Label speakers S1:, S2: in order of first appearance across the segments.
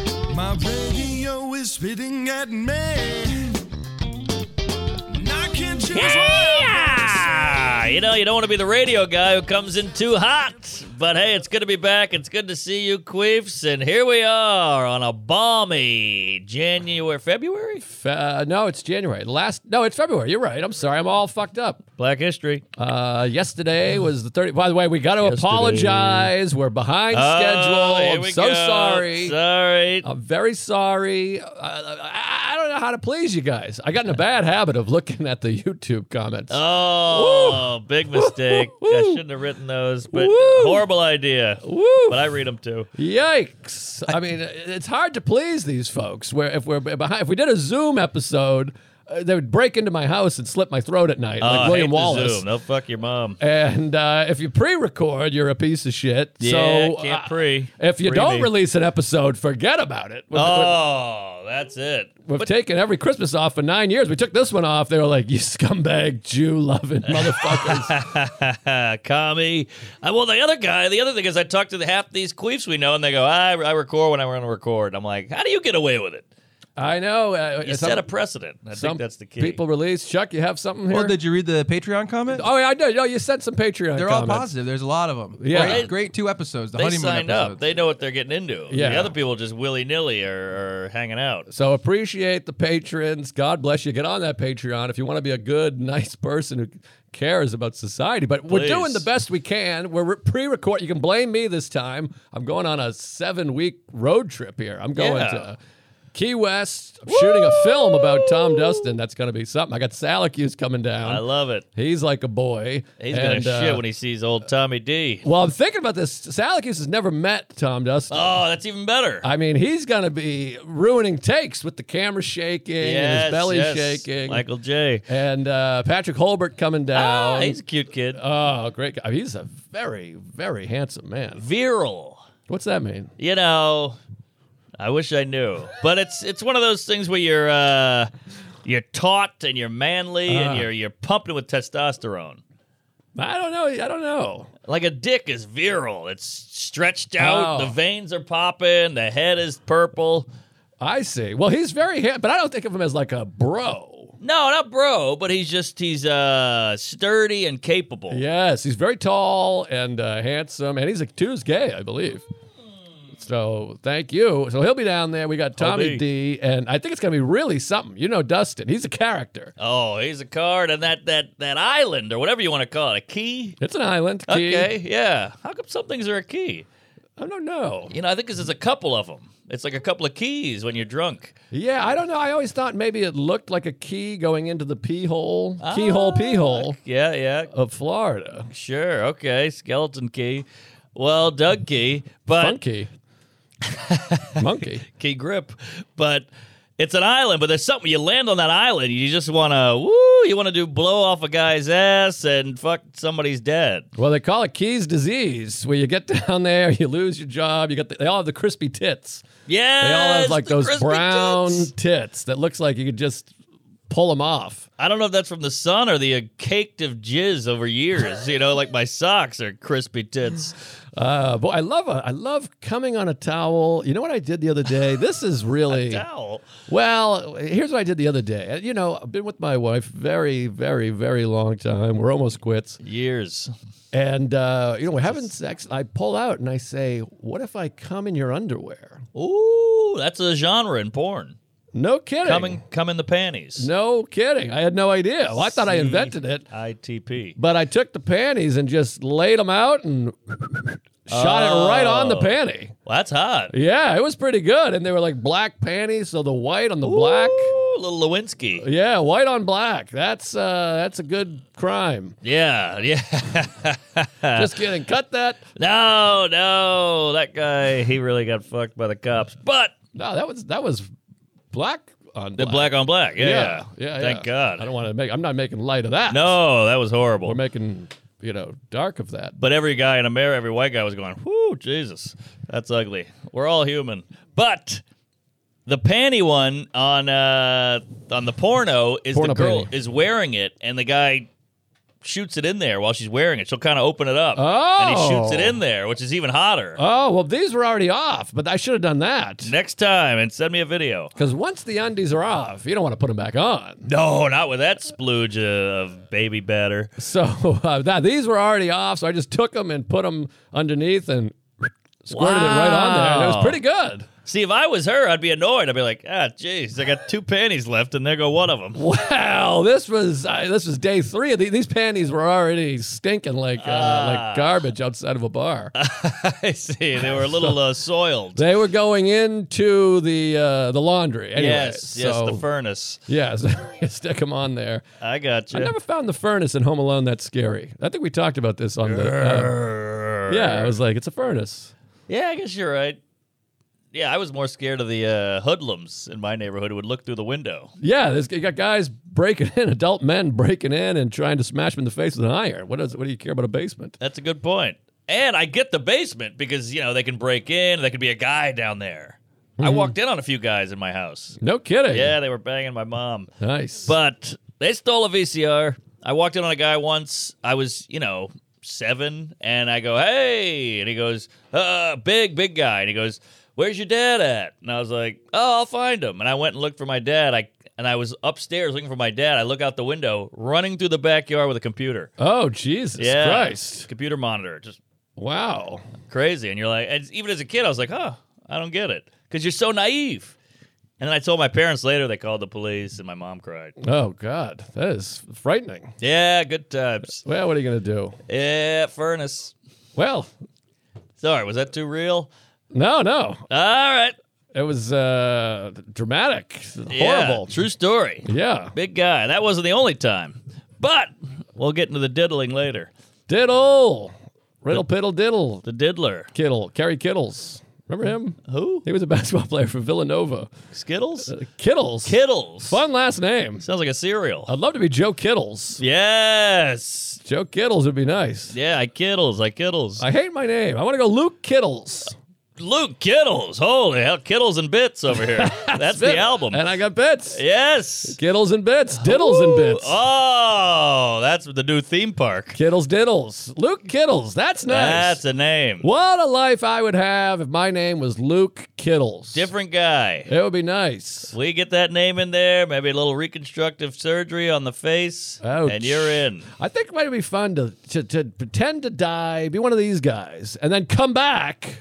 S1: My radio is spitting at me. And I can't choose
S2: Yeah! You know, you don't want to be the radio guy who comes in too hot. But hey, it's good to be back. It's good to see you, Queefs. And here we are on a balmy January, February?
S3: Uh, no, it's January. Last no, it's February. You're right. I'm sorry. I'm all fucked up.
S2: Black history.
S3: Uh, yesterday was the 30. By the way, we got to
S2: Yesterday.
S3: apologize. We're behind
S2: Oh,
S3: schedule.
S2: here
S3: I'm
S2: we
S3: so
S2: go.
S3: sorry.
S2: Sorry.
S3: I'm very sorry. I, I, I don't know how to please you guys. I got in a bad habit of looking at the YouTube comments.
S2: Oh, big mistake.
S3: Woo.
S2: I shouldn't have written those, but
S3: Woo.
S2: horrible idea.
S3: Woo!
S2: But I read them too.
S3: Yikes! I mean, it's hard to please these folks. Where if we're behind, if we did a Zoom episode, uh, they would break into my house and slit my throat at night,
S2: Oh, I
S3: like William
S2: hate the
S3: Wallace.
S2: Zoom. They'll fuck your mom.
S3: And uh, if you pre-record, you're a piece of shit. so
S2: yeah, can't
S3: uh,
S2: pre.
S3: if you
S2: Pre
S3: don't
S2: me.
S3: release an episode, forget about it. We've,
S2: oh, that's it.
S3: we've taken every Christmas off for nine years. We took this one off. They were like, "You scumbag, Jew-loving motherfuckers."
S2: Commie. Uh, well, the other guy, the other thing is, I talk to the, half these queefs we know, and they go, I, I record when I'm going to record. I'm like, how do you get away with it?
S3: I know. Uh,
S2: You
S3: some-
S2: set a precedent. I
S3: some
S2: think that's the key.
S3: People release. Chuck, you have something here.
S4: Well, did you read the Patreon comment?
S3: Oh, yeah, I did. No, you sent some Patreon.
S4: They're all
S3: comments.
S4: positive. There's a lot of them.
S3: Yeah.
S4: Great, great two episodes. The
S2: they
S4: honeymoon
S2: signed
S4: episodes.
S2: up. They know what they're getting into. The
S3: Yeah.
S2: other people just willy nilly are, are hanging out.
S3: So appreciate the patrons. God bless you. Get on that Patreon if you want to be a good, nice person who cares about society. But we're
S2: Please.
S3: doing the best we can. We're pre-record. You can blame me this time. I'm going on a seven-week road trip here. I'm going
S2: Yeah.
S3: to Key West. I'm shooting a film about Tom Dustin. That's going to be something. I got Salacuse coming down.
S2: I love it.
S3: He's like a boy.
S2: He's
S3: And,
S2: gonna
S3: uh,
S2: shit when he sees old Tommy D.
S3: Well, I'm thinking about this. Salacuse has never met Tom Dustin.
S2: Oh, that's even better.
S3: I mean, he's going to be ruining takes with the camera shaking and his belly
S2: yes.
S3: shaking.
S2: Michael J.
S3: And uh, Patrick Holbert coming
S2: Ah,
S3: down.
S2: he's a cute kid.
S3: oh, great guy. He's a very, very handsome man.
S2: Viral.
S3: What's that mean?
S2: You know, I wish I knew, but it's it's one of those things where you're uh, you're taut and you're manly and you're you're pumping with testosterone.
S3: I don't know. I don't know.
S2: Like a dick is virile. It's stretched out.
S3: Oh.
S2: The veins are popping. The head is purple.
S3: I see. Well, he's very handsome, but I don't think of him as like a bro.
S2: No, not bro, but he's just he's uh sturdy and capable.
S3: Yes, he's very tall and uh, handsome, and he's a two's gay, I believe. So thank you. So he'll be down there. We got Tommy
S2: be.
S3: D, and I think it's going to be really something. You know, Dustin, he's a character.
S2: Oh, he's a card, and that that that island or whatever you want to call it, a key.
S3: It's an island. Key.
S2: Okay, yeah. How come some things are a key?
S3: I don't know.
S2: You know, I think this is a couple of them. It's like a couple of keys when you're drunk.
S3: Yeah, I don't know. I always thought maybe it looked like a key going into the pee hole,
S2: Ah.
S3: keyhole, pee hole
S2: Yeah, yeah.
S3: of Florida.
S2: Sure. Okay. Skeleton key. Well, Doug key, but
S3: Funky. Monkey.
S2: key grip, but. It's an island, but there's something you land on that island. You just want to, woo, you want to do blow off a guy's ass and fuck somebody's dad.
S3: Well, they call it Keys disease, where you get down there, you lose your job. You got the, they all have the crispy tits.
S2: Yeah.
S3: They all have like those brown
S2: tits.
S3: tits. that looks like you could just pull them off.
S2: I don't know if that's from the sun or the uh, caked of jizz over years. You know, like my socks are crispy tits.
S3: Uh, boy, I love a, I love coming on a towel. You know what I did the other day? This is really
S2: Towel. Well,
S3: Well, here's what I did the other day. You know, I've been with my wife very, very, very long time. We're almost quits.
S2: years.
S3: And, uh, you know, we're having sex. I pull out and I say, What if I come in your underwear?
S2: Ooh, that's a genre in porn.
S3: No kidding.
S2: Coming, come in the panties.
S3: No kidding. I had no idea. Well, I thought I invented it,
S2: ITP.
S3: but I took the panties and just laid them out and shot it right on the
S2: Oh.
S3: panty.
S2: Well, that's hot.
S3: Yeah, it was pretty good. And they were like black panties. So the white on the black.
S2: Ooh, little Lewinsky.
S3: Yeah, white on black. That's uh, that's a good crime.
S2: Yeah, yeah.
S3: Just kidding. Cut that.
S2: no, no, that guy. He really got fucked by the cops. But
S3: No, that was that was black on
S2: The black on black. Yeah.
S3: Yeah, yeah,
S2: Thank
S3: yeah.
S2: God.
S3: I don't want to make. I'm not making light of that.
S2: no, that was horrible.
S3: we're making you know dark of that.
S2: But every guy in America, every white guy was going, whoo, Jesus, that's ugly. We're all human. But the panty one on uh, on the porno is
S3: Porno
S2: the girl
S3: panty.
S2: is wearing it, and the guy shoots it in there while she's wearing it. She'll kind of open it up, and he shoots it
S3: Oh.
S2: in there, which is even hotter.
S3: Oh well, these were already off, but I should have done that
S2: Next time, and send me a video.
S3: because once the undies are off, you don't want to put them back on.
S2: No, not with that splooge of baby batter.
S3: So uh, that these were already off, so I just took them and put them underneath and squirted it right on there. And it
S2: Wow.
S3: was pretty good.
S2: See, if I was her, I'd be annoyed. I'd be like, ah, jeez, I got two panties left, and there go one of them.
S3: Wow, this was uh, this was day three. Of the, these panties were already stinking like uh,
S2: Ah.
S3: like garbage outside of a bar.
S2: I see. They were a little uh, soiled.
S3: They were going into the uh, the laundry. Anyway,
S2: yes, yes,
S3: so-
S2: the furnace.
S3: Yes, you stick them on there.
S2: I got you.
S3: I never found the furnace in Home Alone that scary. I think we talked about this on the. uh, yeah, I was like, it's a furnace.
S2: yeah, I guess you're right. Yeah, I was more scared of the uh, hoodlums in my neighborhood who would look through the window.
S3: Yeah, there's you got guys breaking in, adult men breaking in and trying to smash them in the face with an iron. What does what do you care about a basement?
S2: That's a good point. And I get the basement because, you know, they can break in, there could be a guy down there. I
S3: Mm-hmm.
S2: walked in on a few guys in my house.
S3: No kidding.
S2: Yeah, they were banging my mom.
S3: Nice.
S2: But they stole a VCR. I walked in on a guy once. I was, you know, seven, and I go, "Hey!" and he goes, "Uh, big, big guy," and he goes, "Where's your dad at?" And I was like, "Oh, I'll find him." And I went and looked for my dad. I and I was upstairs looking for my dad. I look out the window, running through the backyard with a computer.
S3: oh Jesus
S2: Yeah,
S3: Christ!
S2: computer monitor, just
S3: Wow.
S2: crazy. And you're like, and even as a kid, I was like, huh, I don't get it. Because you're so naive. And then I told my parents later, they called the police, and my mom cried.
S3: Oh God, that is frightening.
S2: Yeah, good times.
S3: Well, what are you gonna do?
S2: Yeah, furnace.
S3: Well,
S2: Sorry, was that too real?
S3: no, no.
S2: All right.
S3: It was uh, dramatic,
S2: Yeah,
S3: horrible.
S2: True story.
S3: Yeah.
S2: Big guy. That wasn't the only time. But we'll get into the diddling later.
S3: Diddle, riddle, piddle, diddle,
S2: The diddler.
S3: Kittle, Kerry Kittles. Remember him?
S2: Who?
S3: He was a basketball player for Villanova.
S2: Skittles?
S3: Uh, Kittles.
S2: Kittles.
S3: Fun last name.
S2: Sounds like a cereal.
S3: I'd love to be Joe Kittles.
S2: yes.
S3: Joe Kittles would be nice.
S2: Yeah, I Kittles. I Kittles.
S3: I hate my name. I want to go Luke Kittles.
S2: Luke Kittles. Holy hell, Kittles and Bits over here. That's the album.
S3: And I got bits.
S2: Yes.
S3: Kittles and bits. Diddles and bits.
S2: Oh, that's the new theme park.
S3: Kittles diddles. Luke Kittles. That's nice.
S2: That's a name.
S3: what a life I would have if my name was Luke Kittles.
S2: Different guy.
S3: It would be nice.
S2: We get that name in there, maybe a little reconstructive surgery on the face,
S3: Ouch.
S2: and you're in.
S3: I think it might be fun to, to, to pretend to die, be one of these guys, and then come back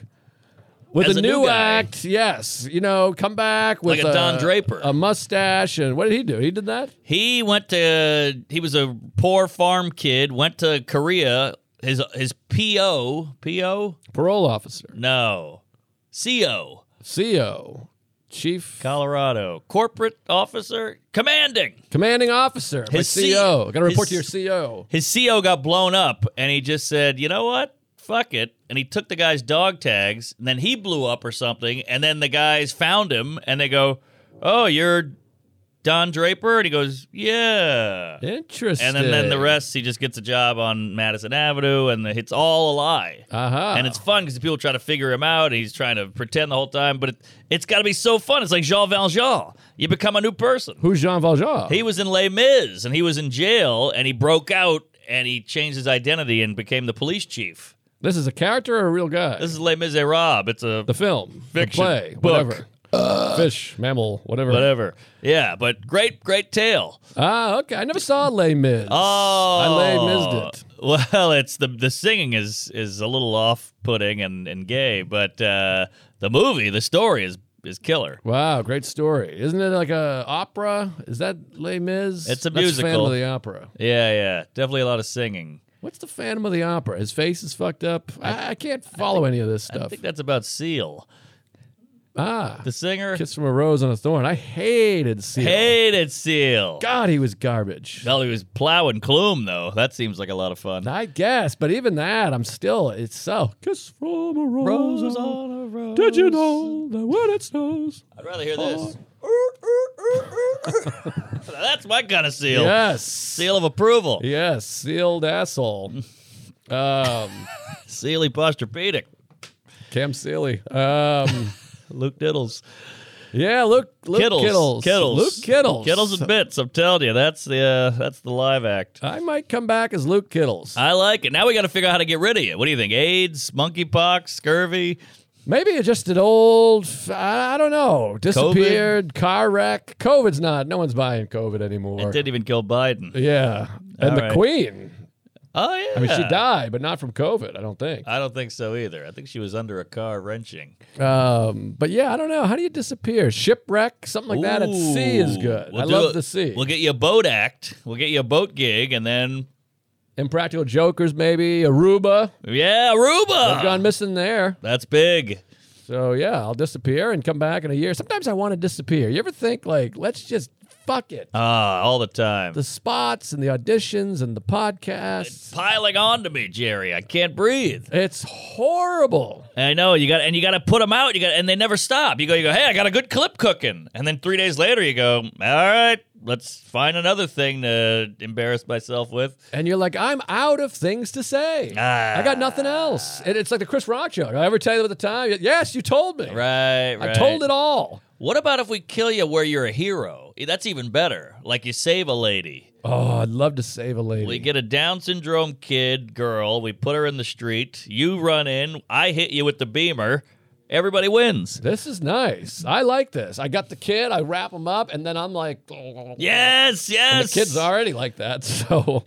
S3: with
S2: As
S3: a,
S2: a
S3: new,
S2: new guy.
S3: act. Yes, you know, come back with
S2: Like a Don Draper.
S3: a mustache, and what did he do? He did that.
S2: He went to he was a poor farm kid, went to Korea. His his PO, PO?
S3: Parole officer,
S2: No. CO,
S3: CO, chief
S2: Colorado. Corporate officer, commanding.
S3: commanding officer, my
S2: His
S3: CO.
S2: C- E
S3: Got to report
S2: his-
S3: to your E CO.
S2: his CO got blown up, and he just said, "You know what? Fuck it." And he took the guy's dog tags, and then he blew up or something, and then the guys found him, and they go, "Oh, you're Don Draper," and he goes, "Yeah."
S3: Interesting.
S2: And then, then the rest, he just gets a job on Madison Avenue, and it's all a lie.
S3: Uh huh.
S2: And it's fun because people try to figure him out. And he's trying to pretend the whole time, but it, it's got to be so fun. It's like Jean Valjean. You become a new person.
S3: who's Jean Valjean?
S2: He was in Les Mis and he was in jail and he broke out and he changed his identity and became the police chief.
S3: this is a character or a real guy?
S2: This is Les Miserables. It's a
S3: the film,
S2: Fiction.
S3: the play,
S2: Book.
S3: whatever.
S2: Uh.
S3: Fish, mammal, whatever.
S2: whatever. Yeah, but great, great tale.
S3: Ah, okay. I never saw Les Mis.
S2: Oh,
S3: I Les Mised it.
S2: Well, it's the the singing is is a little off putting and and gay, but uh, the movie, the story is is killer.
S3: Wow, great story. Isn't it like a opera? Is that Les Mis?
S2: It's a
S3: That's
S2: musical.
S3: Phantom of the Opera.
S2: Yeah, yeah, definitely a lot of singing.
S3: What's the Phantom of the Opera? His face is fucked up. I, I can't follow any of this
S2: I
S3: stuff.
S2: think that's about Seal,
S3: ah,
S2: the singer.
S3: Kiss from a Rose on a Thorn. I hated Seal.
S2: Hated Seal.
S3: God, he was garbage.
S2: Well, he was plowing Clume though. That seems like a lot of fun.
S3: I guess, but even that, I'm still. It's so Kiss from a Rose,
S2: Rose
S3: on
S2: on a
S3: rose. Did you know that when it snows?
S2: I'd rather hear this. Now, That's my kind of seal.
S3: Yes.
S2: Seal Mm. of approval.
S3: Yes, sealed asshole. um,
S2: Sealy posturpedic.
S3: Cam Sealy. Um,
S2: Luke Diddles.
S3: yeah, Luke, Luke
S2: Kittles.
S3: Kittles.
S2: Kittles.
S3: Luke Kittles.
S2: Kittles and bits. I'm telling you, that's the uh, that's the live act.
S3: I might come back as Luke Kittles.
S2: I like it. Now we got to figure out how to get rid of you. What do you think? AIDS, monkeypox, scurvy.
S3: Maybe it's just an old, f- I I don't know, disappeared car wreck. COVID's not. No one's buying COVID anymore.
S2: It didn't even kill Biden.
S3: yeah. And
S2: All
S3: the
S2: right.
S3: Queen.
S2: Oh yeah.
S3: I mean, she died, but not from COVID, I don't think.
S2: I don't think so either. I think she was under a car wrenching.
S3: Um, but yeah, I don't know. How do you disappear? Shipwreck, something like that at sea is
S2: Ooh.
S3: good.
S2: We'll
S3: I
S2: do
S3: love
S2: a-
S3: the sea.
S2: We'll get you a boat act. We'll get you a boat gig, and then
S3: Impractical Jokers, maybe Aruba.
S2: yeah,
S3: I've gone
S2: Aruba.
S3: missing there.
S2: That's big.
S3: So yeah, I'll disappear and come back in a year. Sometimes I want to disappear. You ever think like, let's just fuck it?
S2: Ah, all the time.
S3: The spots and the auditions and the podcasts.
S2: Piling onto me, Jerry. I can't breathe.
S3: It's horrible.
S2: I know you got, and you got to put them out. You got, and they never stop. You go, you go. Hey, I got a good clip cooking, and then three days later, you go. All right, let's find another thing to embarrass myself with.
S3: And you're like, I'm out of things to say.
S2: Ah.
S3: Ah. I got nothing else. And it's like the Chris Rock joke. Did I ever tell you about the time? Yes, you told me.
S2: Right, right.
S3: I told it all.
S2: What about if we kill you where you're a hero? Eh, That's even better. Like you save a lady.
S3: Oh, I'd love to save a lady.
S2: We get a Down syndrome kid, girl. We put her in the street. You run in. I hit you with the beamer. Everybody wins.
S3: this is nice. I like this. I got the kid. I wrap him up, and then I'm like,
S2: Yes,
S3: And
S2: yes.
S3: the kid's already like that. So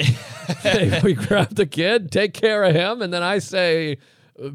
S3: we grab the kid, take care of him, and then I say,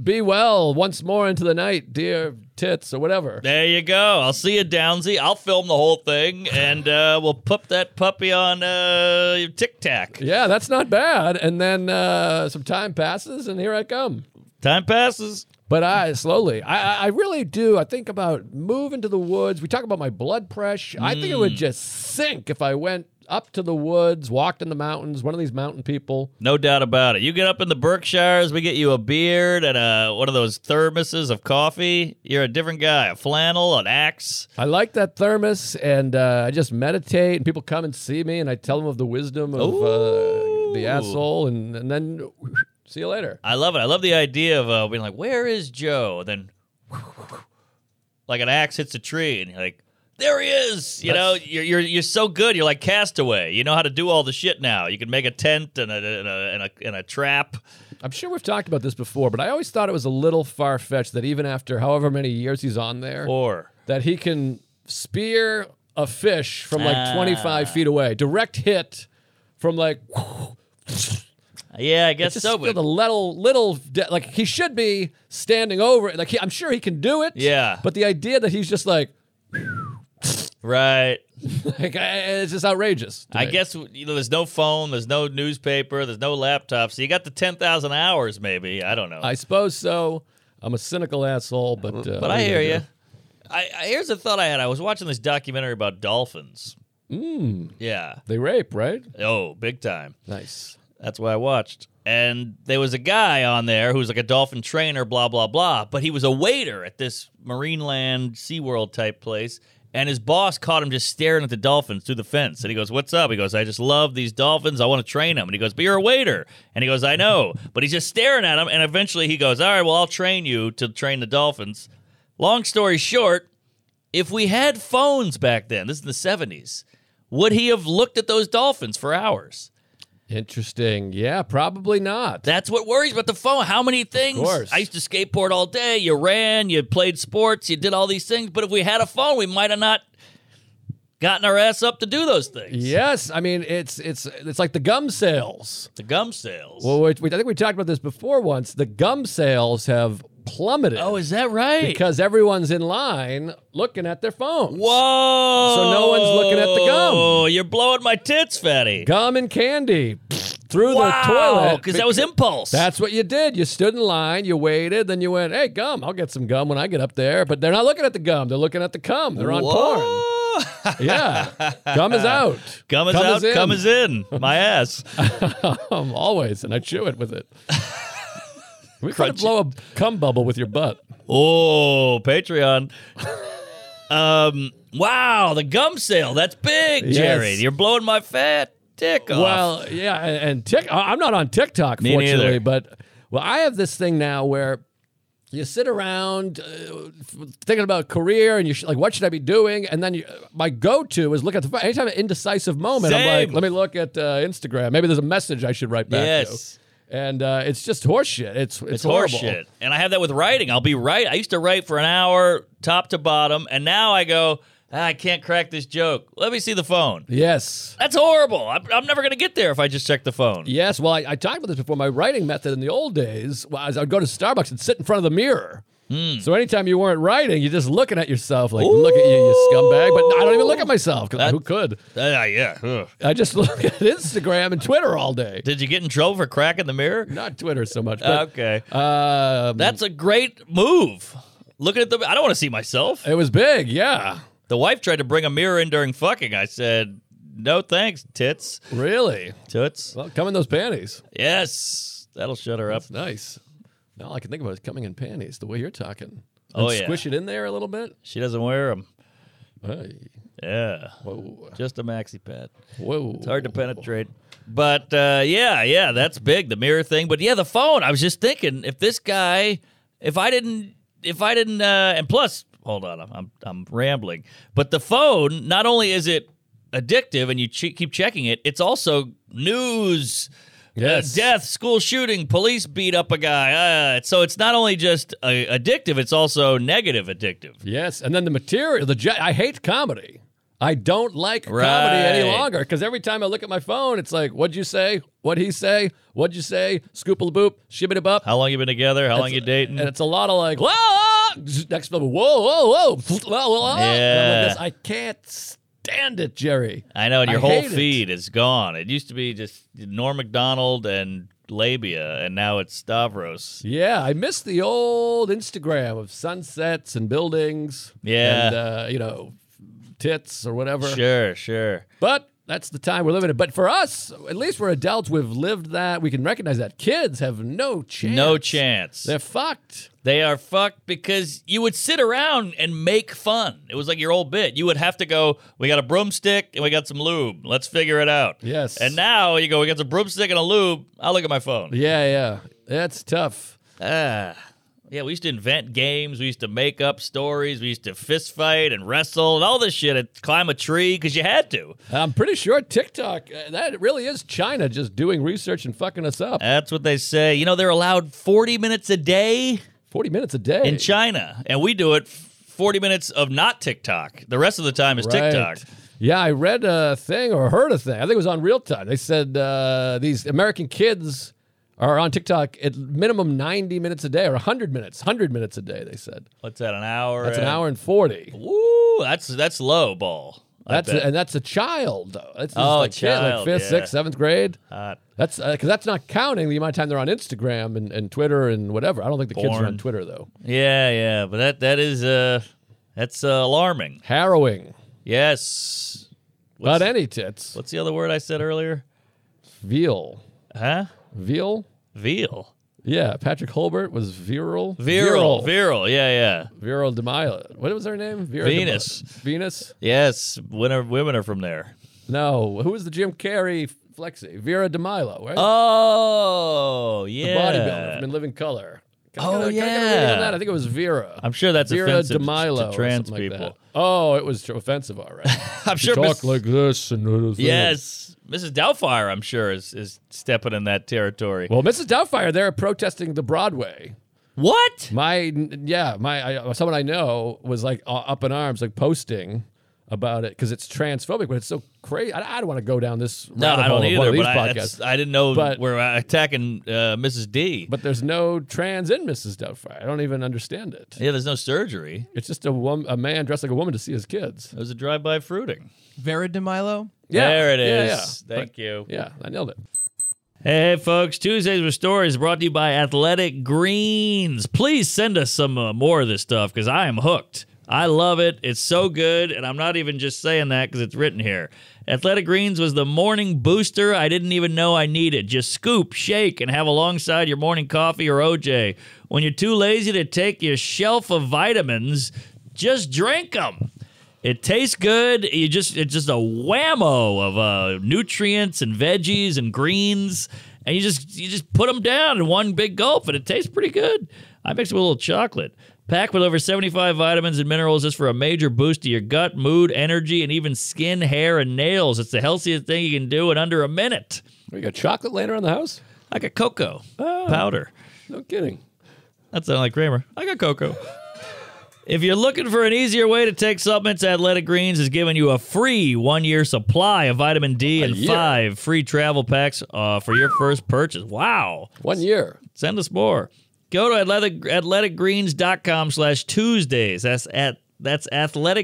S3: Be well once more into the night, dear tits, or whatever.
S2: There you go. I'll see you, Downsy. I'll film the whole thing, and uh, we'll put that puppy on uh, Tic Tac.
S3: Yeah, that's not bad. And then uh, some time passes, and here I come.
S2: Time passes.
S3: But I slowly, I, I- I really do. I think about moving to the woods. We talk about my blood pressure. I think it would just sink if I went up to the woods, walked in the mountains, one of these mountain people.
S2: No doubt about it. You get up in the Berkshires, we get you a beard and a, one of those thermoses of coffee. You're a different guy. A flannel, an axe.
S3: I like that thermos, and uh, I just meditate, and people come and see me, and I tell them of the wisdom of uh, the
S2: Ooh.
S3: asshole, and, and then see you later.
S2: I love it. I love the idea of uh, being like, "Where is Joe?" Then, like an axe hits a tree, and you're like, "There he is!" You know, you're, you're you're so good. You're like Castaway. You know how to do all the shit now. You can make a tent and a and a and a, and a trap.
S3: I'm sure we've talked about this before, but I always thought it was a little far fetched that even after however many years he's on there,
S2: Or
S3: that he can spear a fish from like
S2: Ah.
S3: 25 feet away, direct hit from like
S2: yeah, I guess
S3: just
S2: so.
S3: feel
S2: But
S3: the little little de- like he should be standing over it. Like he, I'm sure he can do it.
S2: Yeah.
S3: but the idea that he's just like,
S2: right.
S3: like eh, it's just outrageous. to
S2: I
S3: me.
S2: guess you know, there's no phone, there's no newspaper, there's no laptop. So you got the ten thousand hours, maybe. I don't know.
S3: I suppose so. I'm a cynical asshole, but uh,
S2: but
S3: what are
S2: I hear
S3: gonna
S2: you.
S3: do?
S2: I, I here's a thought I had. I was watching this documentary about dolphins. Mm. Yeah.
S3: They rape, right?
S2: Oh, big time.
S3: Nice.
S2: That's what I watched. And there was a guy on there who was like a dolphin trainer, blah, blah, blah. But he was a waiter at this Marineland SeaWorld type place. And his boss caught him just staring at the dolphins through the fence. And he goes, What's up? He goes, I just love these dolphins. I want to train them. And he goes, But you're a waiter. And he goes, I know. But he's just staring at him. And eventually he goes, All right, well, I'll train you to train the dolphins. Long story short, if we had phones back then, this is the 70s, would he have looked at those dolphins for hours?
S3: Interesting. Yeah, probably not.
S2: That's what worries about the phone. How many things?
S3: course.
S2: I used to skateboard all day. You ran, you played sports, you did all these things. But if we had a phone, we might have not gotten our ass up to do those things.
S3: yes, I mean it's it's it's like the gum sales.
S2: The gum sales.
S3: Well, we, we- I think we talked about this before once. The gum sales have plummeted.
S2: oh, is that right?
S3: because everyone's in line looking at their phones.
S2: Whoa.
S3: So no one's looking at the gum.
S2: Oh, you're blowing my tits, fatty.
S3: Gum and candy pfft, through
S2: wow.
S3: the toilet.
S2: Because that was impulse.
S3: That's what you did. You stood in line, you waited, then you went, hey, gum, I'll get some gum when I get up there. But they're not looking at the gum. They're looking at the cum. They're on porn.
S2: Whoa.
S3: Yeah. gum is out.
S2: Gum is out,
S3: in.
S2: gum is in. My ass.
S3: Um, always. And I chew it with it. We could blow a cum bubble with your butt.
S2: Oh, Patreon. um, wow, the gum sale. That's big,
S3: Yes.
S2: Jerry. You're blowing my fat dick off.
S3: Well, yeah, and, and tick. I- I'm not on TikTok,
S2: Me
S3: fortunately,
S2: neither.
S3: but well, I have this thing now where you sit around uh, f- thinking about career and you sh- like, what should I be doing? And then you, my go-to is look at the phone. anytime an indecisive moment. I'm
S2: Same.
S3: like, let me look at uh, Instagram. Maybe there's a message I should write back.
S2: Yes.
S3: to. and uh, it's just horseshit. It's it's,
S2: it's
S3: horrible.
S2: horseshit. And I have that with writing. I'll be right. I used to write for an hour, top to bottom, and now I go, "Ah, I can't crack this joke. Let me see the phone.
S3: Yes.
S2: That's horrible. I'm, I'm never going to get there if I just check the phone.
S3: Yes, well, I, I talked about this before. My writing method in the old days was I'd go to Starbucks and sit in front of the mirror.
S2: Hmm.
S3: So anytime you weren't writing, you're just looking at yourself, like look at you, you scumbag. But I don't even look at myself because who could?
S2: Ah, yeah. Ugh.
S3: I just look at Instagram and Twitter all day.
S2: Did you get in trouble for cracking the mirror?
S3: Not Twitter so much. But,
S2: Okay.
S3: um,
S2: That's a great move. Looking at the, I don't want to see myself.
S3: it was big, yeah.
S2: The wife tried to bring a mirror in during fucking. I said, no thanks, tits.
S3: Really?
S2: Toots.
S3: Well, come in those panties.
S2: Yes. That'll shut her up.
S3: Nice. Now all I can think about is coming in panties. The way you're talking.
S2: Oh,
S3: And
S2: yeah.
S3: Squish it in there a little bit.
S2: She doesn't wear them.
S3: Hey,
S2: Yeah.
S3: whoa,
S2: Just a maxi pad.
S3: whoa.
S2: It's hard to penetrate. But uh, yeah, yeah, that's big, the mirror thing. But yeah, the phone. I was just thinking, if this guy, if I didn't, if I didn't, uh, and plus, hold on, I'm, I'm, I'm rambling. But the phone, not only is it addictive and you che- keep checking it, it's also news.
S3: Yes.
S2: Uh, death, school shooting, police beat up a guy. Uh, so it's not only just uh, addictive, it's also negative addictive.
S3: Yes, and then the material. The ge- I hate comedy. I don't like comedy any
S2: Right.
S3: longer because every time I look at my phone, it's like, "What'd you say? What'd he say? What'd you say? Scoople boop, shibbity bop."
S2: How long you been together? How long you dating?
S3: And it's a lot of like, "Whoa!" ah," Next level, "Whoa, whoa, whoa!" whoa, whoa, whoa. And I'm like
S2: Yeah.
S3: this, I can't stand it, Jerry.
S2: I know, and your
S3: I
S2: whole
S3: hate it.
S2: feed is gone. It used to be just Norm Macdonald and Labia, and now it's Stavros.
S3: Yeah, I miss the old Instagram of sunsets and buildings.
S2: Yeah.
S3: and uh, you know, tits or whatever.
S2: Sure, sure.
S3: But that's the time we're living in. But for us, at least we're adults. We've lived that. We can recognize that. Kids have no chance.
S2: No chance.
S3: They're fucked.
S2: They are fucked because you would sit around and make fun. It was like your old bit. You would have to go, we got a broomstick and we got some lube. Let's figure it out.
S3: Yes.
S2: And now you go, we got some broomstick and a lube. I'll look at my phone.
S3: Yeah, yeah. That's tough.
S2: Ah. Yeah, we used to invent games. We used to make up stories. We used to fist fight and wrestle and all this shit and climb a tree because you had to.
S3: I'm pretty sure TikTok, uh, that really is China just doing research and fucking us up.
S2: That's what they say. You know, they're allowed 40 minutes a day
S3: 40 minutes a day.
S2: in China, and we do it f- 40 minutes of not TikTok. The rest of the time is
S3: Right.
S2: TikTok.
S3: Yeah, I read a thing or heard a thing. I think it was on Real Time. They said uh, these American kids are on TikTok at minimum 90 minutes a day or 100 minutes, 100 minutes a day, they said.
S2: What's that, an hour?
S3: That's an
S2: and-
S3: hour and 40.
S2: Woo, that's, that's low ball. I
S3: That's
S2: bet.
S3: and that's a child though. That's this is
S2: Oh,
S3: like
S2: a
S3: kid, like
S2: child,
S3: fifth,
S2: yeah.
S3: sixth, seventh grade.
S2: Hot.
S3: That's because that's not counting the amount of time they're on Instagram and, and Twitter and whatever. I don't think the kids are
S2: Porn.
S3: on Twitter though.
S2: yeah, yeah, but that that is uh, that's uh, alarming.
S3: Harrowing.
S2: Yes.
S3: Not any tits.
S2: What's the other word I said earlier?
S3: Veal.
S2: Huh?
S3: Veal.
S2: Veal.
S3: Yeah, Patrick Holbert was viral.
S2: Viral. Viral.
S3: Viral.
S2: Yeah, yeah.
S3: Viral Demille. What was her name? Vera
S2: Venus.
S3: DeMille. Venus.
S2: Yes. Winner, women are from there.
S3: No. Who was the Jim Carrey flexi? Vera DeMilo, right?
S2: Oh,
S3: the
S2: yeah.
S3: bodybuilder from In Living Color. Can I get
S2: Oh,
S3: a- can I get a reading on
S2: yeah.
S3: that? I think it was Vera.
S2: I'm sure that's
S3: Vera
S2: offensive to-
S3: DeMilo
S2: to
S3: or
S2: trans
S3: something
S2: people.
S3: Like that. Oh, it was tr- offensive, all right.
S2: I'm
S3: You
S2: sure.
S3: talk
S2: Miss-
S3: like this and it is-
S2: yes, Mrs. Doubtfire. I'm sure is is stepping in that territory.
S3: Well, Mrs. Doubtfire, they're protesting the Broadway.
S2: What?
S3: My yeah, my I, uh, someone I know was like uh, up in arms, like posting about it because it's transphobic, but it's so crazy. I, I don't want to go down this.
S2: No,
S3: rabbit
S2: I
S3: hole
S2: don't
S3: of One
S2: either.
S3: of these
S2: But I,
S3: podcasts.
S2: that's- I didn't know
S3: But-
S2: we're attacking uh, Mrs. D.
S3: but there's no trans in Mrs. Doubtfire. I don't even understand it.
S2: yeah, there's no surgery.
S3: It's just a wom- a man dressed like a woman to see his kids.
S2: It was a drive-by fruiting.
S4: Vera de Milo.
S3: Yeah,
S2: There it
S3: yeah,
S2: is.
S3: yeah.
S2: Thank you.
S3: Yeah, I nailed it.
S2: Hey, folks, Tuesdays with Stories brought to you by Athletic Greens. Please send us some uh, more of this stuff because I am hooked. I love it. It's so good. And I'm not even just saying that because it's written here. Athletic Greens was the morning booster I didn't even know I needed. Just scoop, shake, and have alongside your morning coffee or OJ. When you're too lazy to take your shelf of vitamins, just drink them. It tastes good. You just it's just a whammo of uh, nutrients and veggies and greens, and you just you just put them down in one big gulp, and it tastes pretty good. I mix it with a little chocolate. Packed with over 75 vitamins and minerals is for a major boost to your gut, mood, energy, and even skin, hair, and nails. It's the healthiest thing you can do in under a minute.
S3: We got chocolate laying around the house?
S2: I got cocoa powder.
S3: No kidding.
S2: That sounded like Kramer. I got cocoa. If you're looking for an easier way to take supplements, Athletic Greens is giving you a free one year supply of vitamin D and
S3: year.
S2: five free travel packs uh, for your first purchase. Wow.
S3: One year.
S2: Send us more. Go to athletic, athleticgreens.com slash Tuesdays. That's at that's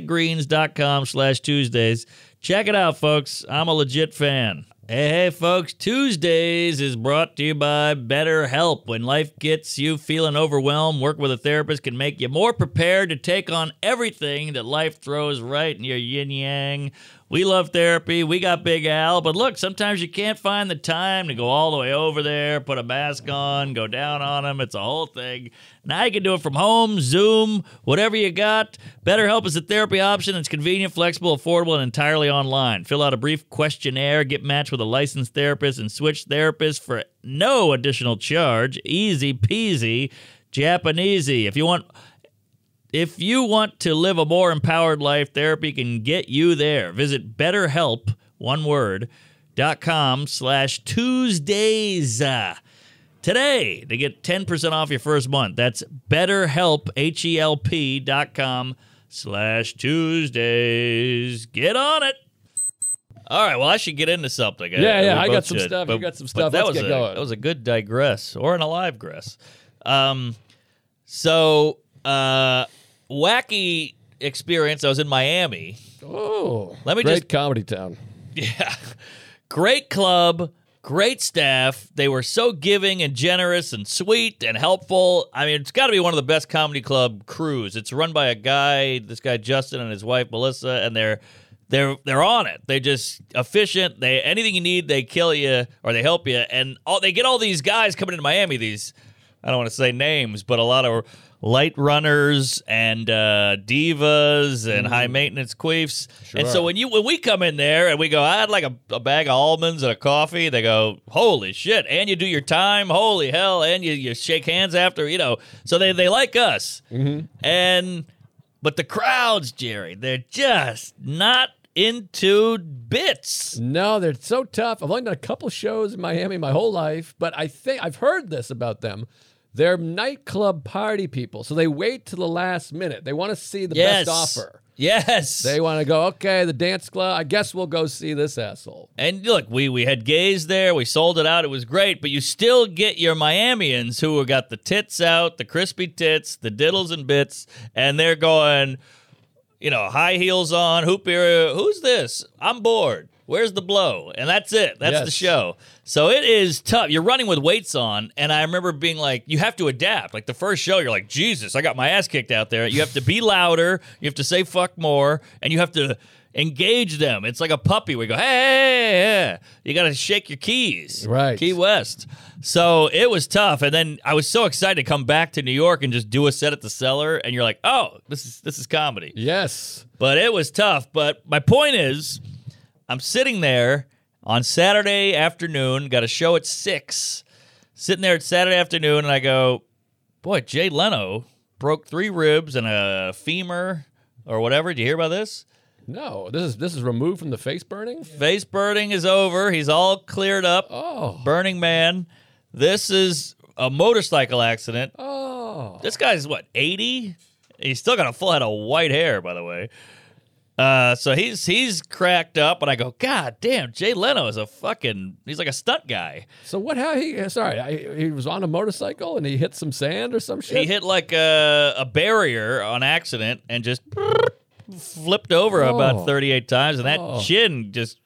S2: athleticgreens.com slash Tuesdays. Check it out, folks. I'm a legit fan. Hey, hey, folks. Tuesdays is brought to you by BetterHelp. When life gets you feeling overwhelmed, work with a therapist can make you more prepared to take on everything that life throws right in your yin yang. We love therapy. We got Big Al. But look, sometimes you can't find the time to go all the way over there, put a mask on, go down on them. It's a whole thing. Now you can do it from home, Zoom, whatever you got. BetterHelp is a therapy option that's convenient, flexible, affordable, and entirely online. Fill out a brief questionnaire, get matched with a licensed therapist, and switch therapists for no additional charge. Easy peasy, Japanesey. If you want if you want to live a more empowered life, therapy can get you there. Visit BetterHelp, one word, dot com slash Tuesdays uh, today to get 10% off your first month. That's BetterHelp, H-E-L-P dot com slash Tuesdays. Get on it. All right, well, I should get into something.
S3: Yeah, yeah,
S2: we
S3: I
S2: both
S3: got some stuff. You got some stuff.
S2: that
S3: Let's
S2: was
S3: get
S2: a,
S3: going.
S2: That was a good digress or an alive gress. Um, so, uh, wacky experience. I was in Miami.
S3: Oh,
S2: Let me
S3: great
S2: just-
S3: comedy town.
S2: Yeah. Great club, great staff. They were so giving and generous and sweet and helpful. I mean, it's got to be one of the best comedy club crews. It's run by a guy, this guy Justin and his wife Melissa, and they're they're they're on it. They're just efficient. They anything you need, they kill you or they help you. And all they get all these guys coming into Miami. These I don't want to say names, but a lot of light runners and uh, divas and high maintenance queefs. And
S3: Mm-hmm.
S2: so
S3: Sure.
S2: when you when we come in there and we go, I'd like a, a bag of almonds and a coffee, they go, holy shit! And you do your time, holy hell! And you you shake hands after, you know. So they they like us
S3: Mm-hmm.
S2: and but the crowds, Jerry, they're just not into bits.
S3: No, they're so tough. I've only done a couple shows in Miami my whole life, but I think I've heard this about them. They're nightclub party people, so they wait till the last minute. They want to see the
S2: Yes,
S3: best offer.
S2: Yes,
S3: They want to go, okay, the dance club. I guess we'll go see this asshole.
S2: And look, we we had gays there. We sold it out. It was great, but you still get your Miamians who got the tits out, the crispy tits, the diddles and bits, and they're going, you know, high heels on, hoop era. Who's this? I'm bored. Where's the blow? And that's it. That's the
S3: Yes.
S2: show. So it is tough. You're running with weights on, and I remember being like, you have to adapt. Like the first show, you're like, Jesus, I got my ass kicked out there. You have to be louder. You have to say fuck more, and you have to engage them. It's like a puppy. We go, hey, hey, hey, hey." you got to shake your keys,
S3: Right.
S2: Key West. So it was tough, and then I was so excited to come back to New York and just do a set at the cellar. And you're like, oh, this is this is comedy
S3: Yes.
S2: but it was tough. But my point is, I'm sitting there on Saturday afternoon, got a show at six, sitting there at Saturday afternoon, and I go, boy, Jay Leno broke three ribs and a femur or whatever. Did you hear about this?
S3: No, this is this is removed from the face burning.
S2: Face burning is over. He's all cleared up.
S3: Oh,
S2: Burning Man. This is a motorcycle accident.
S3: oh,
S2: This guy's what, 80? He's still got a full head of white hair, by the way. Uh, so he's he's cracked up, and I go, God damn, Jay Leno is a fucking, he's like a stunt guy.
S3: so what? How he? Sorry, I, he was on a motorcycle and he hit some sand or some shit.
S2: He hit like a, a barrier on accident and just flipped over
S3: Oh.
S2: about 38 times, and that
S3: Oh.
S2: chin just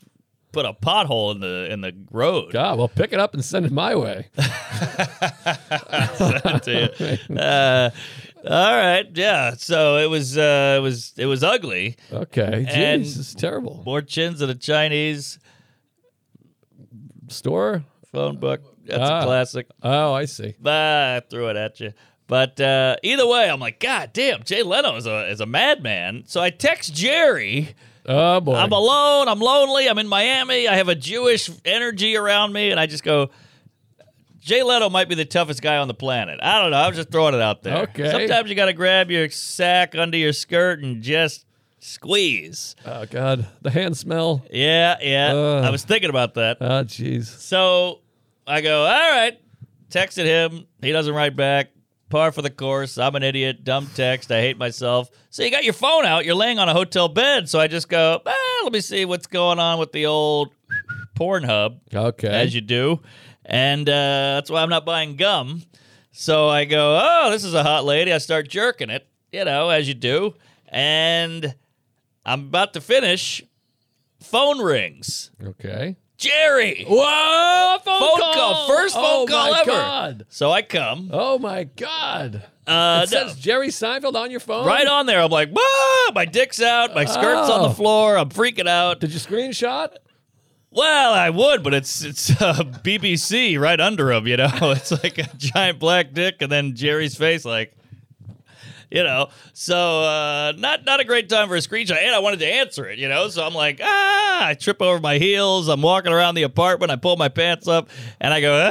S2: put a pothole in the in the road.
S3: God, well, pick it up and send it my way.
S2: Send it to you. Uh, All right, yeah. So it was, uh, it was, it was ugly.
S3: Okay.
S2: And-
S3: Jeez, it's terrible.
S2: More chins at a Chinese
S3: Store?
S2: phone book. That's
S3: Ah.
S2: a classic.
S3: Oh, I see.
S2: Bah, I threw it at you. But uh, either way, I'm like, God damn, Jay Leno is a is a madman. So I text Jerry.
S3: Oh boy.
S2: I'm alone. I'm lonely. I'm in Miami. I have a Jewish energy around me, and I just go. Jay Leno might be the toughest guy on the planet. I don't know. I'm just throwing it out there.
S3: Okay.
S2: Sometimes you got to grab your sack under your skirt and just squeeze.
S3: oh god. The hand smell.
S2: Yeah, yeah.
S3: Ugh.
S2: I was thinking about that.
S3: Oh jeez.
S2: So I go, all right. Texted him. He doesn't write back. Par for the course. I'm an idiot. Dumb text. I hate myself. So you got your phone out. You're laying on a hotel bed. So I just go, ah, let me see what's going on with the old Pornhub,
S3: Okay.
S2: as you do. And uh, that's why I'm not buying gum. So I go, oh, this is a hot lady. I start jerking it, you know, as you do. And I'm about to finish. Phone rings.
S3: okay.
S2: Jerry!
S3: Whoa! Phone,
S2: Oh, Phone call. First phone
S3: oh,
S2: call
S3: my
S2: ever.
S3: God.
S2: So I come.
S3: Oh my god.
S2: Uh,
S3: it
S2: no,
S3: says Jerry Seinfeld on your phone.
S2: right on there. I'm like, "Whoa!" my dick's out, my skirt's on
S3: Oh.
S2: the floor. I'm freaking out.
S3: Did you screenshot?
S2: Well, I would, but it's it's uh, BBC right under him. You know, it's like a giant black dick, and then Jerry's face, like. You know, so uh, not not a great time for a screenshot, and I wanted to answer it. You know, so I'm like, ah, I trip over my heels. I'm walking around the apartment. I pull my pants up, and I go, "Uh,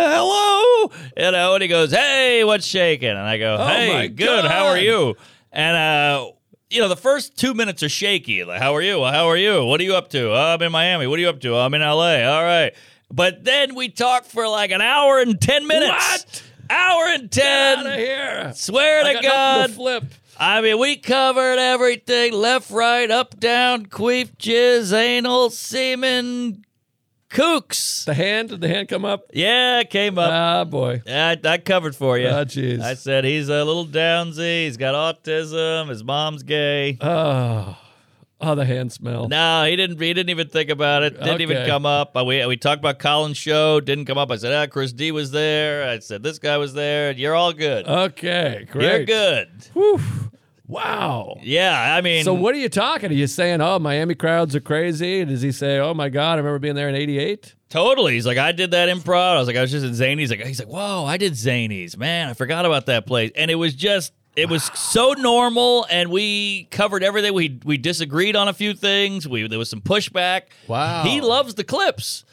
S2: hello, you know, and he goes, hey, what's shaking? And I go, hey,
S3: Oh my
S2: good, how are
S3: God.
S2: you? And uh, you know, the first two minutes are shaky. Like, how are you? How are you? What are you up to? "Oh, I'm in Miami. What are you up to? "Oh, I'm in LA. All right. But then we talk for like an hour and ten minutes.
S3: What?
S2: Hour and ten.
S3: Out of here.
S2: Swear
S3: I
S2: to
S3: got
S2: God.
S3: nothing to flip.
S2: I mean, we covered everything left, right, up, down, queef, jizz, anal, semen, kooks.
S3: The hand? Did the hand come up?
S2: Yeah, it came up.
S3: Ah boy.
S2: I, I covered for you.
S3: Ah jeez.
S2: I said he's a little downsy. He's got autism. His mom's gay.
S3: Oh. Oh, the hand smell.
S2: No, he didn't. He didn't even think about it. Didn't even
S3: Okay.
S2: come up. Uh, We we talked about Colin's show. Didn't come up. I said, ah, Chris D was there. I said this guy was there. You're all good.
S3: Okay, Oh, great.
S2: You're good.
S3: Whew. Wow.
S2: Yeah, I mean,
S3: So what are you talking? Are you saying, "Oh, Miami crowds are crazy"? Does he say, "Oh my God, I remember being there in '88"?
S2: Totally. He's like, I did that improv. I was like, I was just in Zanies. Like, he's like, whoa, I did Zanies. Man, I forgot about that place. And it was just, it was so normal. And we covered everything. We we disagreed on a few things. We there was some pushback.
S3: Wow.
S2: He loves the clips.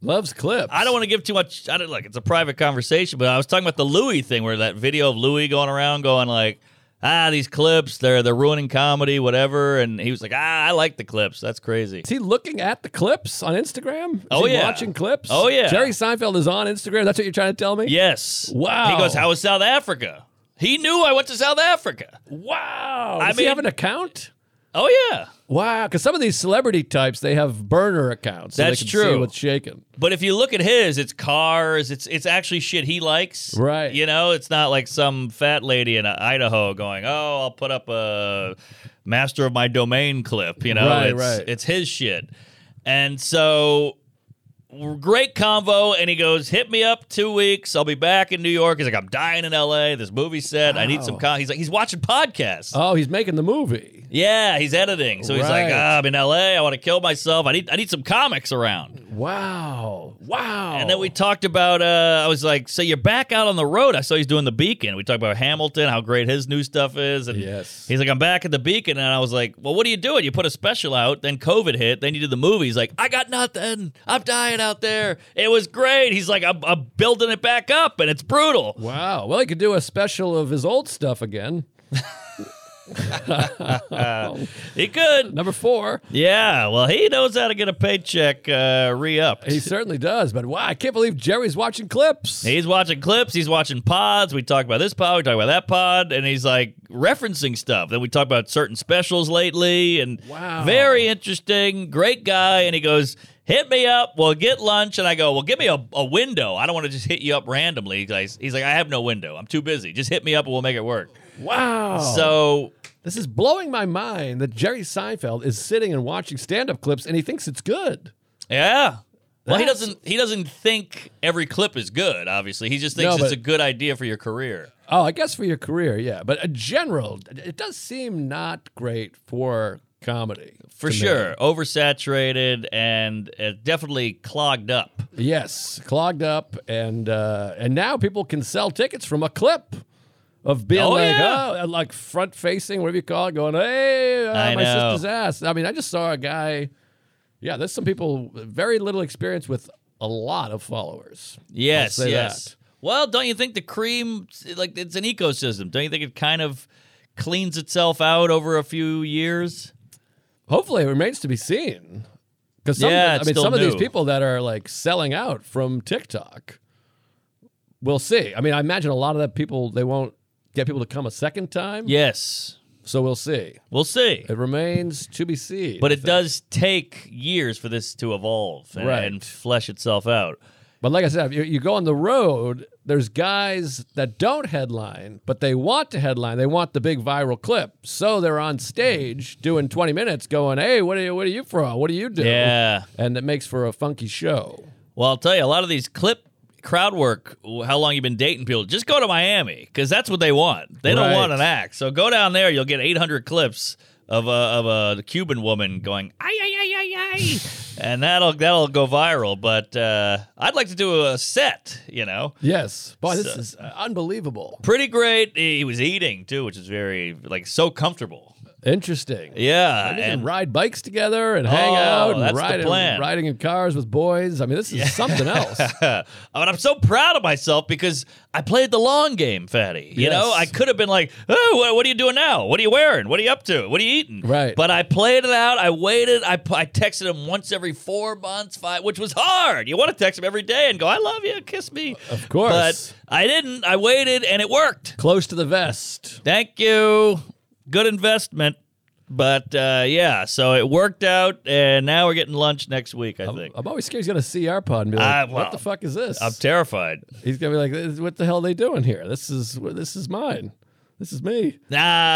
S3: Loves clips.
S2: I don't want to give too much. I don't like. It's a private conversation. But I was talking about the Louis thing, where that video of Louis going around going like. Ah, these clips, they're they're ruining comedy, whatever. And he was like, Ah, I like the clips. That's crazy.
S3: Is he looking at the clips on Instagram? Is
S2: Oh,
S3: he
S2: yeah.
S3: watching clips.
S2: Oh, yeah.
S3: Jerry Seinfeld is on Instagram. That's what you're trying to tell me.
S2: Yes.
S3: Wow.
S2: He goes, How was South Africa? He knew I went to South Africa.
S3: Wow.
S2: I
S3: Does he
S2: mean-
S3: have an account?
S2: Oh, yeah.
S3: Wow. Because some of these celebrity types, they have burner accounts. So
S2: That's
S3: they can See
S2: true.
S3: what's shaking?
S2: But if you look at his, it's cars. It's it's actually shit he likes.
S3: Right.
S2: You know, it's not like some fat lady in Idaho going, "Oh, I'll put up a master of my domain clip." You know,
S3: Right,
S2: it's,
S3: right.
S2: it's his shit. And so, great convo. And he goes, "Hit me up two weeks. I'll be back in New York." He's like, "I'm dying in L.A. This movie set. I need some."
S3: Wow.
S2: Con-. He's like, he's watching podcasts.
S3: Oh, he's making the movie.
S2: Yeah, he's editing. So he's like,
S3: Right.
S2: ah, I'm in LA. I want to kill myself. I need I need some comics around.
S3: Wow. Wow.
S2: And then we talked about uh, I was like, so you're back out on the road. I saw he's doing the Beacon. We talked about Hamilton, how great his new stuff is. And
S3: Yes.
S2: he's like, I'm back at the Beacon. And I was like, well, what are you doing? You put a special out, then COVID hit, then you did the movie. He's like, I got nothing. I'm dying out there. It was great. He's like, I'm, I'm building it back up, and it's brutal.
S3: Wow. Well, he could do a special of his old stuff again.
S2: He could.
S3: Number four.
S2: Yeah. Well, he knows how to get a paycheck uh, re up.
S3: He certainly does. But wow, I can't believe Jerry's watching clips.
S2: He's watching clips. He's watching pods. We talk about this pod. We talk about that pod, and he's like referencing stuff. Then we talk about certain specials lately, and
S3: Wow.
S2: very interesting. Great guy. And he goes, "Hit me up. We'll get lunch." And I go, "Well, give me a, a window. I don't want to just hit you up randomly." He's like, "He's like, I have no window. I'm too busy. Just hit me up, and we'll make it work."
S3: Wow.
S2: So
S3: This is blowing my mind that Jerry Seinfeld is sitting and watching stand up clips and he thinks it's good.
S2: yeah, Well, he
S3: That's-
S2: doesn't. He doesn't think every clip is good. Obviously, he just thinks
S3: No,
S2: it's
S3: but-
S2: a good idea for your career.
S3: Oh, I guess for your career, yeah. But in general, it does seem not great for comedy.
S2: For
S3: to me.
S2: sure, oversaturated and uh, definitely clogged up.
S3: Yes, clogged up, and uh, and now people can sell tickets from a clip of being
S2: Oh,
S3: like,
S2: yeah.
S3: oh, like front facing, whatever you call it, going, hey,
S2: I
S3: uh, my
S2: know.
S3: sister's ass. I mean, I just saw a guy. Yeah, there's some people with very little experience with a lot of followers.
S2: Yes,
S3: say
S2: yes.
S3: that.
S2: Well, don't you think the cream, like it's an ecosystem? Don't you think it kind of cleans itself out over a few years?
S3: Hopefully, it remains to be seen. Because some,
S2: Yeah,
S3: of,
S2: it's
S3: the- I mean,
S2: still
S3: some of these
S2: new.
S3: people that are like selling out from TikTok, we'll see. I mean, I imagine a lot of that people they won't get people to come a second time.
S2: Yes,
S3: So we'll see.
S2: we'll see.
S3: It remains to be seen.
S2: But it does take years for this to evolve and,
S3: Right.
S2: and flesh itself out.
S3: But like I said, if you, you go on the road, there's guys that don't headline, but they want to headline. They want the big viral clip. So they're on stage doing 20 minutes going, hey, what are you, what are you from? What do you do?
S2: Yeah.
S3: And it makes for a funky show.
S2: Well, I'll tell you, a lot of these clip crowd work, how long you've been dating people, just go to Miami because that's what they want. They don't
S3: Right.
S2: want an act. So go down there, you'll get 800 clips of a, of a Cuban woman going, ay, ay, ay, ay, ay. and that'll, that'll go viral. But uh, I'd like to do a set, you know.
S3: Yes. Boy, this
S2: So-
S3: is uh, unbelievable.
S2: Pretty great. He was eating too, which is very, like, so comfortable.
S3: Interesting.
S2: Yeah.
S3: And, you
S2: and-
S3: can ride bikes together and hang
S2: Oh,
S3: out and
S2: that's the
S3: ride in-
S2: plan.
S3: riding in cars with boys. I mean, this is something else.
S2: but I'm so proud of myself because I played the long game, Fatty. You
S3: Yes.
S2: know, I could have been like, oh, wha- what are you doing now? What are you wearing? What are you up to? What are you eating?
S3: Right.
S2: But I played it out. I waited. I, pu- I texted him once every four months, five, which was hard. You want to text him every day and go, I love you, kiss me.
S3: Of course.
S2: But I didn't. I waited and it worked.
S3: Close to the vest.
S2: Thank you. Good investment. But uh, yeah, so it worked out, and now we're getting lunch next week, I think.
S3: I'm always scared he's going to see our pod and be like,
S2: Uh, well,
S3: what the fuck is this?
S2: I'm terrified.
S3: He's gonna be like, "This- "What the hell are they doing here? This is this is mine. This is me.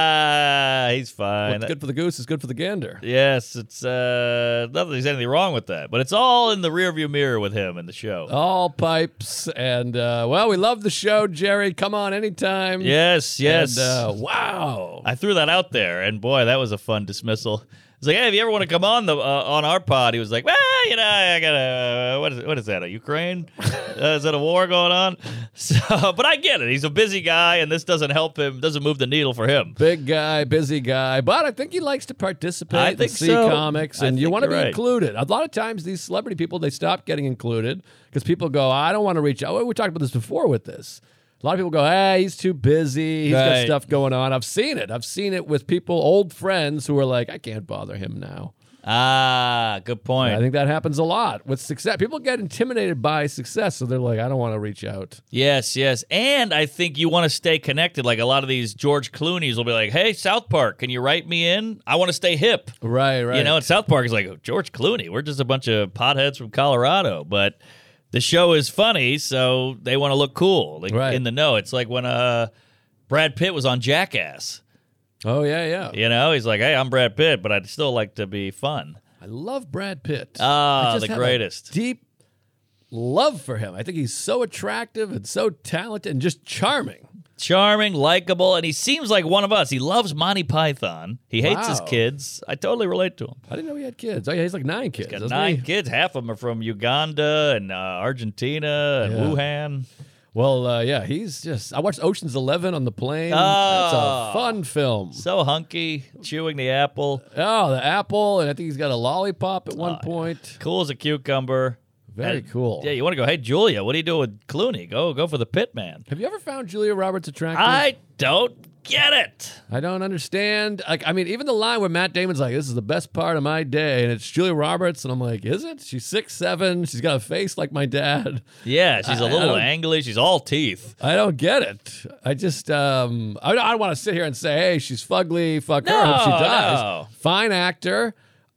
S2: Nah, he's fine.
S3: What's good for the goose is good for the gander."
S2: yes, it's uh, not that there's anything wrong with that, but it's all in the rearview mirror with him and the show.
S3: All pipes and uh, well, we love the show, Jerry. Come on anytime.
S2: yes, yes.
S3: And, uh, wow.
S2: I threw that out there, and boy, that was a fun dismissal. It's like, hey, if you ever want to come on the uh, on our pod, he was like, well, you know, I got a what is what is that? A Ukraine? uh, is that a war going on? So, but I get it. He's a busy guy, and this doesn't help him. Doesn't move the needle for him.
S3: Big guy, busy guy, but I think he likes to participate.
S2: I
S3: and
S2: think
S3: see
S2: so.
S3: comics,
S2: I
S3: and you
S2: think
S3: want to
S2: you're
S3: be
S2: right.
S3: included. A lot of times, these celebrity people they stop getting included because people go, "I don't want to reach out." We talked about this before with this. A lot of people go, "Ah, he's too busy. He's
S2: Right.
S3: got stuff going on." I've seen it. I've seen it with people, old friends, who are like, "I can't bother him now."
S2: Ah, good point.
S3: I think that happens a lot with success. People get intimidated by success, so they're like, "I don't want to reach out."
S2: Yes, yes. And I think you want to stay connected. Like a lot of these George Clooney's will be like, hey, South Park, can you write me in? I want to stay hip.
S3: Right, right.
S2: You know, and South Park is like, "Oh, George Clooney, we're just a bunch of potheads from Colorado. But the show is funny, so they want to look cool, like
S3: Right.
S2: in the know. It's like when uh, Brad Pitt was on Jackass.
S3: oh yeah, yeah,
S2: You know, he's like, hey, I'm Brad Pitt, but I'd still like to be fun.
S3: I love Brad Pitt.
S2: Ah,
S3: I just
S2: the
S3: have a
S2: greatest.
S3: deep love for him. I think he's so attractive and so talented and just charming.
S2: charming, likable, and he seems like one of us. He loves Monty Python. He hates his
S3: Wow.
S2: kids. I totally relate to him.
S3: I didn't know he had kids. Oh yeah, he's like nine kids.
S2: Got
S3: doesn't
S2: nine
S3: he?
S2: kids. Half of them are from Uganda and uh, Argentina and
S3: Yeah.
S2: Wuhan.
S3: Well, uh, yeah, he's just. I watched Ocean's Eleven on the plane. That's
S2: Oh.
S3: a fun film.
S2: So hunky, chewing the apple,
S3: Oh, the apple, and I think he's got a lollipop at
S2: Ah,
S3: one point.
S2: cool as a cucumber.
S3: Very
S2: And-
S3: cool.
S2: Yeah, you want to go? Hey, Julia, what do you do with Clooney? Go, go for the pit man.
S3: Have you ever found Julia Roberts attractive?
S2: I don't get it.
S3: I don't understand. Like, I mean, even the line where Matt Damon's like, "This is the best part of my day," and it's Julia Roberts, and I'm like, "Is it? She's six seven. She's got a face like my dad."
S2: Yeah, she's a
S3: I- I
S2: little
S3: don't-
S2: angly. She's all teeth.
S3: I don't get it. I just um I don't, I don't want to sit here and say, hey, she's fugly, fuck her. I hope she
S2: No,
S3: dies.
S2: no.
S3: Fine actor.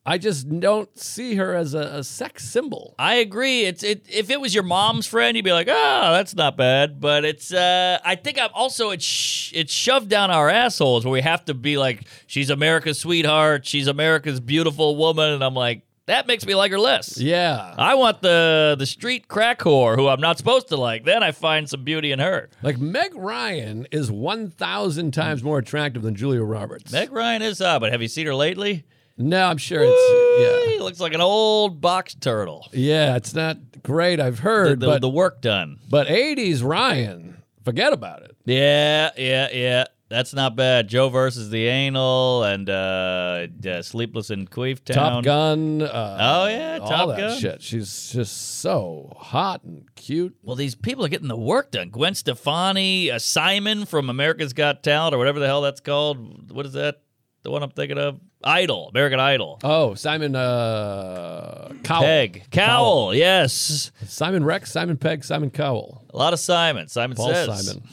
S3: I just don't see her as a, a sex symbol.
S2: I agree. It's it. If it was your mom's friend, you'd be like, "Ah, that's not bad." But it's. Uh, I think I'm also it's sh- it's shoved down our assholes where we have to be like, "She's America's sweetheart. She's America's beautiful woman," and I'm like, That makes me like her less.
S3: Yeah.
S2: I want the the street crack whore who I'm not supposed to like. Then I find some beauty in her.
S3: Like Meg Ryan is 1,000 times more attractive than Julia Roberts.
S2: Meg Ryan is hot, but have you seen her lately?
S3: No, I'm sure it's yeah.
S2: She looks like an old box turtle.
S3: Yeah, it's not great. I've heard,
S2: The,
S3: but
S2: the work done.
S3: but 80s Ryan, forget about it.
S2: Yeah, yeah, yeah. That's not bad. Joe versus the anal and uh, uh, Sleepless in Queef Town.
S3: Top Gun. Uh,
S2: Oh, yeah,
S3: all
S2: Top
S3: that
S2: Gun.
S3: shit. She's just so hot and cute.
S2: Well, these people are getting the work done. Gwen Stefani, uh, Simon from America's Got Talent, or whatever the hell that's called. What is that? The one I'm thinking of? Idol, American Idol.
S3: Oh, Simon uh, Cowell.
S2: Peg. Cowell, yes.
S3: Simon Rex, Simon Peg, Simon Cowell.
S2: A lot of Simon. Simon
S3: Paul
S2: says.
S3: Simon.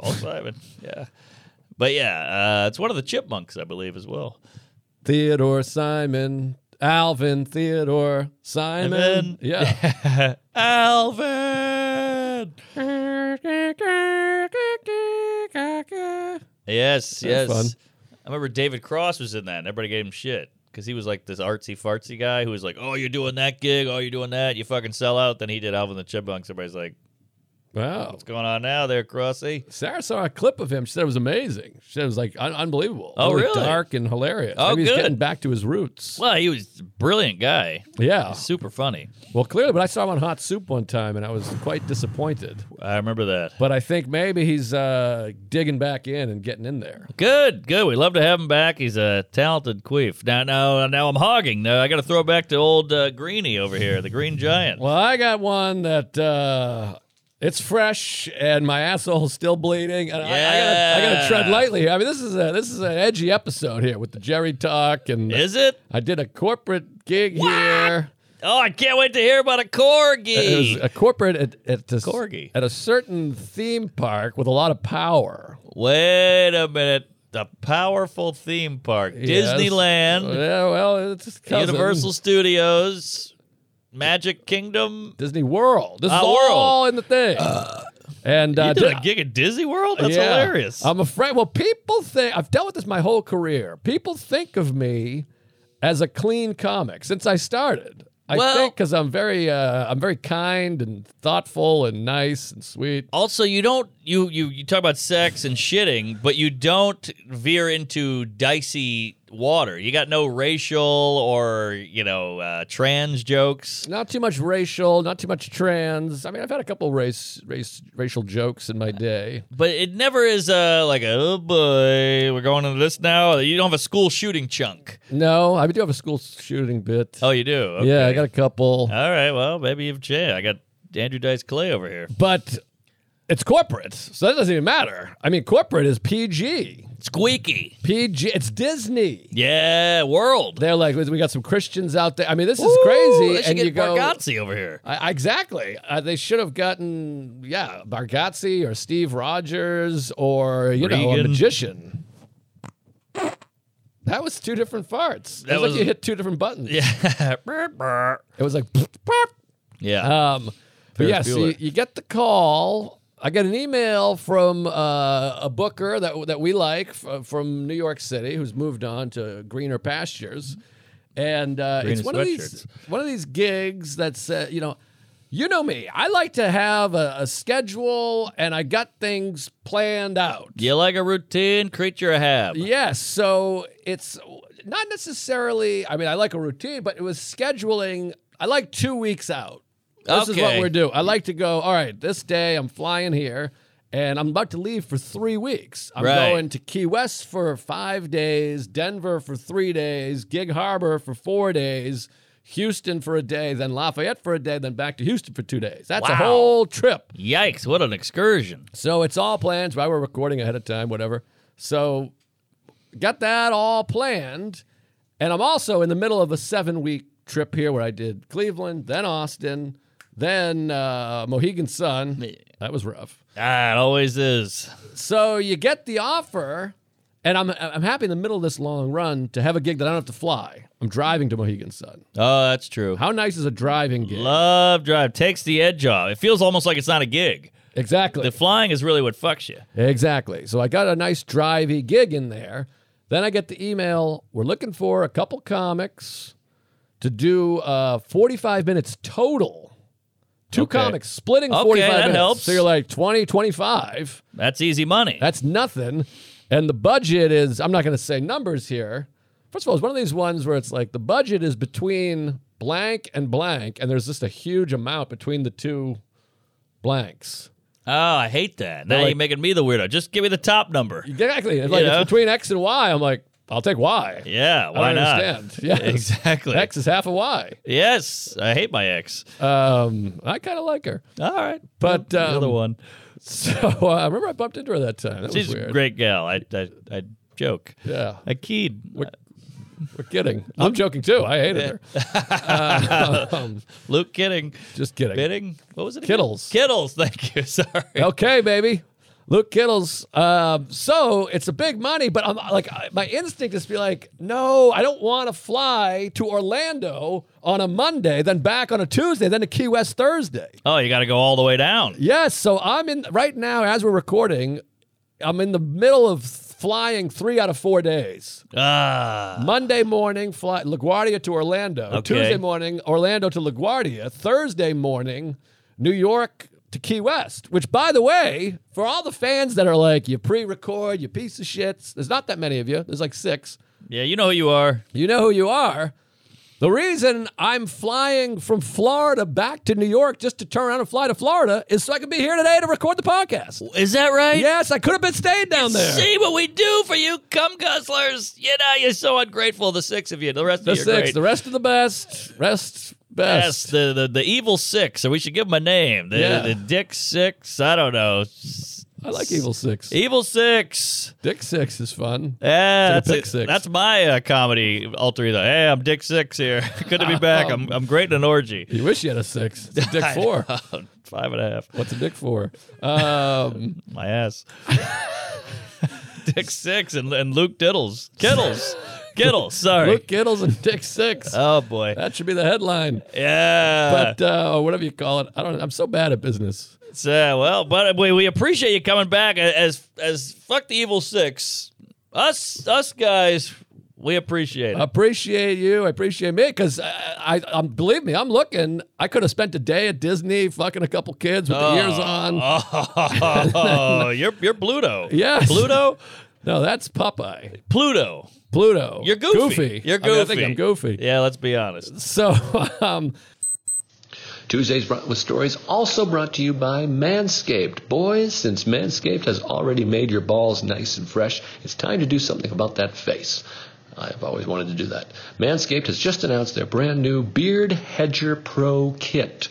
S2: Paul Simon, yeah. But yeah, uh, it's one of the chipmunks, I believe, as well.
S3: Theodore Simon. Alvin Theodore Simon.
S2: Simon.
S3: Yeah.
S2: Uh, Alvin! Yes, yes.
S3: fun.
S2: I remember David Cross was in that, and everybody gave him shit because he was like this artsy fartsy guy who was like, "Oh, you're doing that gig. Oh, you're doing that. You fucking sell out." Then he did Alvin and the Chipmunks. Everybody's like,
S3: wow.
S2: "What's going on now, there, Crossy?"
S3: Sarah saw a clip of him. She said it was amazing. She said it was like un- unbelievable.
S2: Oh, really?
S3: Dark and hilarious.
S2: Oh,
S3: Maybe
S2: good.
S3: he's getting back to his roots.
S2: Well, he was a brilliant guy,
S3: Yeah.
S2: super funny.
S3: Well, clearly, but I saw him on Hot Soup one time and I was quite disappointed.
S2: I remember that.
S3: But I think maybe he's uh, digging back in and getting in there.
S2: Good, good. We love to have him back. He's a talented queef. Now, now, now I'm hogging. Now I got to throw back to old uh, Greeny over here, the Green Giant.
S3: Well, I got one that uh, it's fresh and my asshole's still bleeding. And I, I, gotta, I
S2: Yeah.
S3: gotta tread lightly here. I mean, this is a this is an edgy episode here with the Jerry talk and
S2: Is it?
S3: I did a corporate gig here.
S2: Oh, I can't wait to hear about a corgi.
S3: It was a corporate at, at, this,
S2: Corgi.
S3: at a certain theme park with a lot of power.
S2: Wait a minute. The powerful theme park,
S3: Yes.
S2: Disneyland,
S3: Yeah, well, it's his cousin.
S2: Universal Studios, Magic Kingdom.
S3: Disney World. This is
S2: Ah,
S3: all in the thing. and uh,
S2: You did
S3: di-
S2: a gig at Disney World? That's
S3: Yeah. Um,
S2: hilarious.
S3: I'm afraid. Well, people think I've dealt with this my whole career. People think of me as a clean comic since I started. I
S2: Well-
S3: think because I'm very, uh, I'm very kind and thoughtful and nice and sweet.
S2: also, you don't you you you talk about sex and shitting, but you don't veer into dicey water. You got no racial or you know uh, trans jokes.
S3: Not too much racial, not too much trans. I mean, I've had a couple race, race, racial jokes in my day.
S2: But it never is uh, like oh boy, we're going into this now. You don't have a school shooting chunk.
S3: No, I do have a school shooting bit.
S2: Oh, you do. Okay.
S3: Yeah, I got a couple,
S2: All right, well, maybe you've changed. I got Andrew Dice Clay over here.
S3: but it's corporate, so that doesn't even matter. I mean, corporate is PG,
S2: Squeaky.
S3: PG. It's Disney.
S2: Yeah, world.
S3: They're like, we got some Christians out there. I mean, this is
S2: Ooh,
S3: crazy.
S2: They should
S3: and
S2: get
S3: you go,
S2: Bargatze over here.
S3: I, I- exactly. Uh, they should have gotten, yeah, Bargatze or Steve Rogers or you know a
S2: Regan.
S3: magician. That was two different farts. It
S2: That
S3: was,
S2: was-
S3: like you hit two different buttons.
S2: Yeah. Burp, burp.
S3: It was like, boop, boop.
S2: yeah.
S3: um, but
S2: Ferris
S3: yeah, so you,
S2: Bueller.
S3: you get the call. I get an email from uh, a booker that that we like f- uh, from New York City, who's moved on to greener pastures, and uh,
S2: Greener
S3: it's one of these one of these gigs that's uh, you know. You know me. I like to have a, a schedule, and I got things planned out.
S2: you like a routine creature I have.
S3: Yes. So it's not necessarily, I mean, I like a routine, but it was scheduling. I like two weeks out. This is what
S2: Okay.
S3: we're doing. I like to go, all right, this day I'm flying here and I'm about to leave for three weeks. I'm
S2: Right.
S3: going to Key West for five days, Denver for three days, Gig Harbor for four days. Houston for a day, then Lafayette for a day, then back to Houston for two days. That's a
S2: Wow.
S3: whole trip.
S2: Yikes, what an excursion.
S3: So it's all plans. Why we're recording ahead of time, whatever. So got that all planned. And I'm also in the middle of a seven week trip here where I did Cleveland, then Austin, then uh, Mohegan Sun. That was rough.
S2: Ah, it always is.
S3: So you get the offer, and I'm, I'm happy in the middle of this long run to have a gig that I don't have to fly. I'm driving to Mohegan Sun.
S2: Oh, that's true.
S3: How nice is a driving gig?
S2: Love Drive takes the edge off. It feels almost like it's not a gig.
S3: exactly.
S2: The flying is really what fucks you.
S3: Exactly. So I got a nice drivey gig in there. Then I get the email, we're looking for a couple comics to do uh, 45 minutes total. Two
S2: Okay.
S3: comics splitting
S2: Okay,
S3: 45
S2: that
S3: minutes.
S2: helps.
S3: So you're like 20, 25.
S2: That's easy money.
S3: That's nothing. And the budget is, I'm not going to say numbers here. First of all, it's one of these ones where it's like the budget is between blank and blank, and there's just a huge amount between the two blanks.
S2: oh, I hate that. Now
S3: They're like-
S2: you're making me the weirdo. Just give me the top number.
S3: Exactly. It's like
S2: Yeah.
S3: it's between X and Y. I'm like, I'll take Y.
S2: Yeah,
S3: I
S2: why
S3: don't
S2: not?
S3: understand. Yes.
S2: Exactly.
S3: X is half a Y.
S2: Yes, I hate my ex.
S3: Um, I kind of like her.
S2: All right,
S3: But,
S2: the other
S3: um,
S2: one.
S3: So uh, I remember I bumped into her that time. That
S2: She's
S3: was
S2: a
S3: weird.
S2: great gal. I I, I joke.
S3: Yeah,
S2: I keyed.
S3: we're kidding. I'm joking too. I hated her. um,
S2: Luke kidding.
S3: just kidding.
S2: Bidding. What was it? again?
S3: Kittles.
S2: Kittles. Thank you. Sorry.
S3: Okay, baby. Luke Kittles. Um, so it's a big money, but I'm like, I- my instinct is to be like, no, I don't want to fly to Orlando on a Monday, then back on a Tuesday, then to Key West Thursday.
S2: Oh, you got to go all the way down.
S3: Yes. So I'm in right now as we're recording. I'm in the middle of flying three out of four days.
S2: Ah.
S3: Monday morning, fly LaGuardia to Orlando. Tuesday morning, Orlando to LaGuardia. Thursday morning, New York to Key West. Which, by the way, for all the fans that are like, you pre-record, you piece of shits. There's not that many of you. There's like six.
S2: Yeah, you know who you are.
S3: You know who you are. The reason I'm flying from Florida back to New York just to turn around and fly to Florida is so I can be here today to record the podcast.
S2: Is that right?
S3: Yes, I could have been stayed down there.
S2: See what we do for you, cum guzzlers. You know, you're so ungrateful. The six of you. The rest
S3: the
S2: of you are
S3: six,
S2: great.
S3: the rest of the best, rest
S2: Yes,
S3: best.
S2: the, the the evil six. So we should give them a name. The,
S3: Yeah.
S2: the Dick Six. I don't know. S-
S3: I like Evil Six.
S2: Evil Six.
S3: Dick Six is fun.
S2: Yeah,
S3: It's
S2: that's
S3: like a Dick
S2: it.
S3: Six.
S2: That's my uh, comedy alter ego. Hey, I'm Dick Six here. Good to be
S3: Oh.
S2: back. I'm I'm great in an orgy.
S3: You wish you had a six. It's a dick four.
S2: Five and a half.
S3: What's a dick four? Um,
S2: My ass. Dick Six and, and Luke Diddles. Kittles. Kittles. Sorry.
S3: Luke Kittles and Dick Six.
S2: Oh boy.
S3: That should be the headline.
S2: Yeah.
S3: But uh, or whatever you call it, I don't. I'm so bad at business.
S2: So, uh, well, but we, we appreciate you coming back as as fuck the evil six. Us us guys, we appreciate it.
S3: I appreciate you. I appreciate me because I, I, I'm believe me, I'm looking. I could have spent a day at Disney, fucking a couple kids with the ears on.
S2: Uh, Oh, you're you're Pluto.
S3: Yes.
S2: Pluto?
S3: No, that's Popeye.
S2: Pluto.
S3: Pluto.
S2: You're goofy. You're
S3: I, mean, I
S2: goofy.
S3: think I'm goofy.
S2: Yeah, let's be honest.
S3: So um,
S5: Tuesdays Brought with Stories also brought to you by Manscaped. Boys, since Manscaped has already made your balls nice and fresh, it's time to do something about that face. I've always wanted to do that. Manscaped has just announced their brand new Beard Hedger Pro Kit.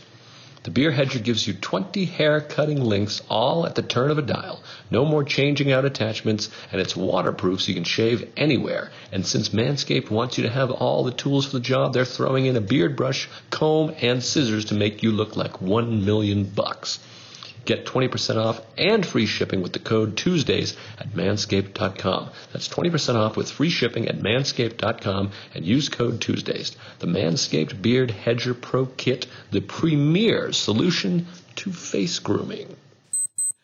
S5: The Beer Hedger gives you 20 hair cutting links all at the turn of a dial. No more changing out attachments, and it's waterproof so you can shave anywhere. And since Manscaped wants you to have all the tools for the job, they're throwing in a beard brush, comb, and scissors to make you look like 1 million bucks. Get 20% off and free shipping with the code Tuesdays at manscaped.com. That's 20% off with free shipping at manscaped.com and use code Tuesdays. The Manscaped Beard Hedger Pro Kit, the premier solution to face grooming.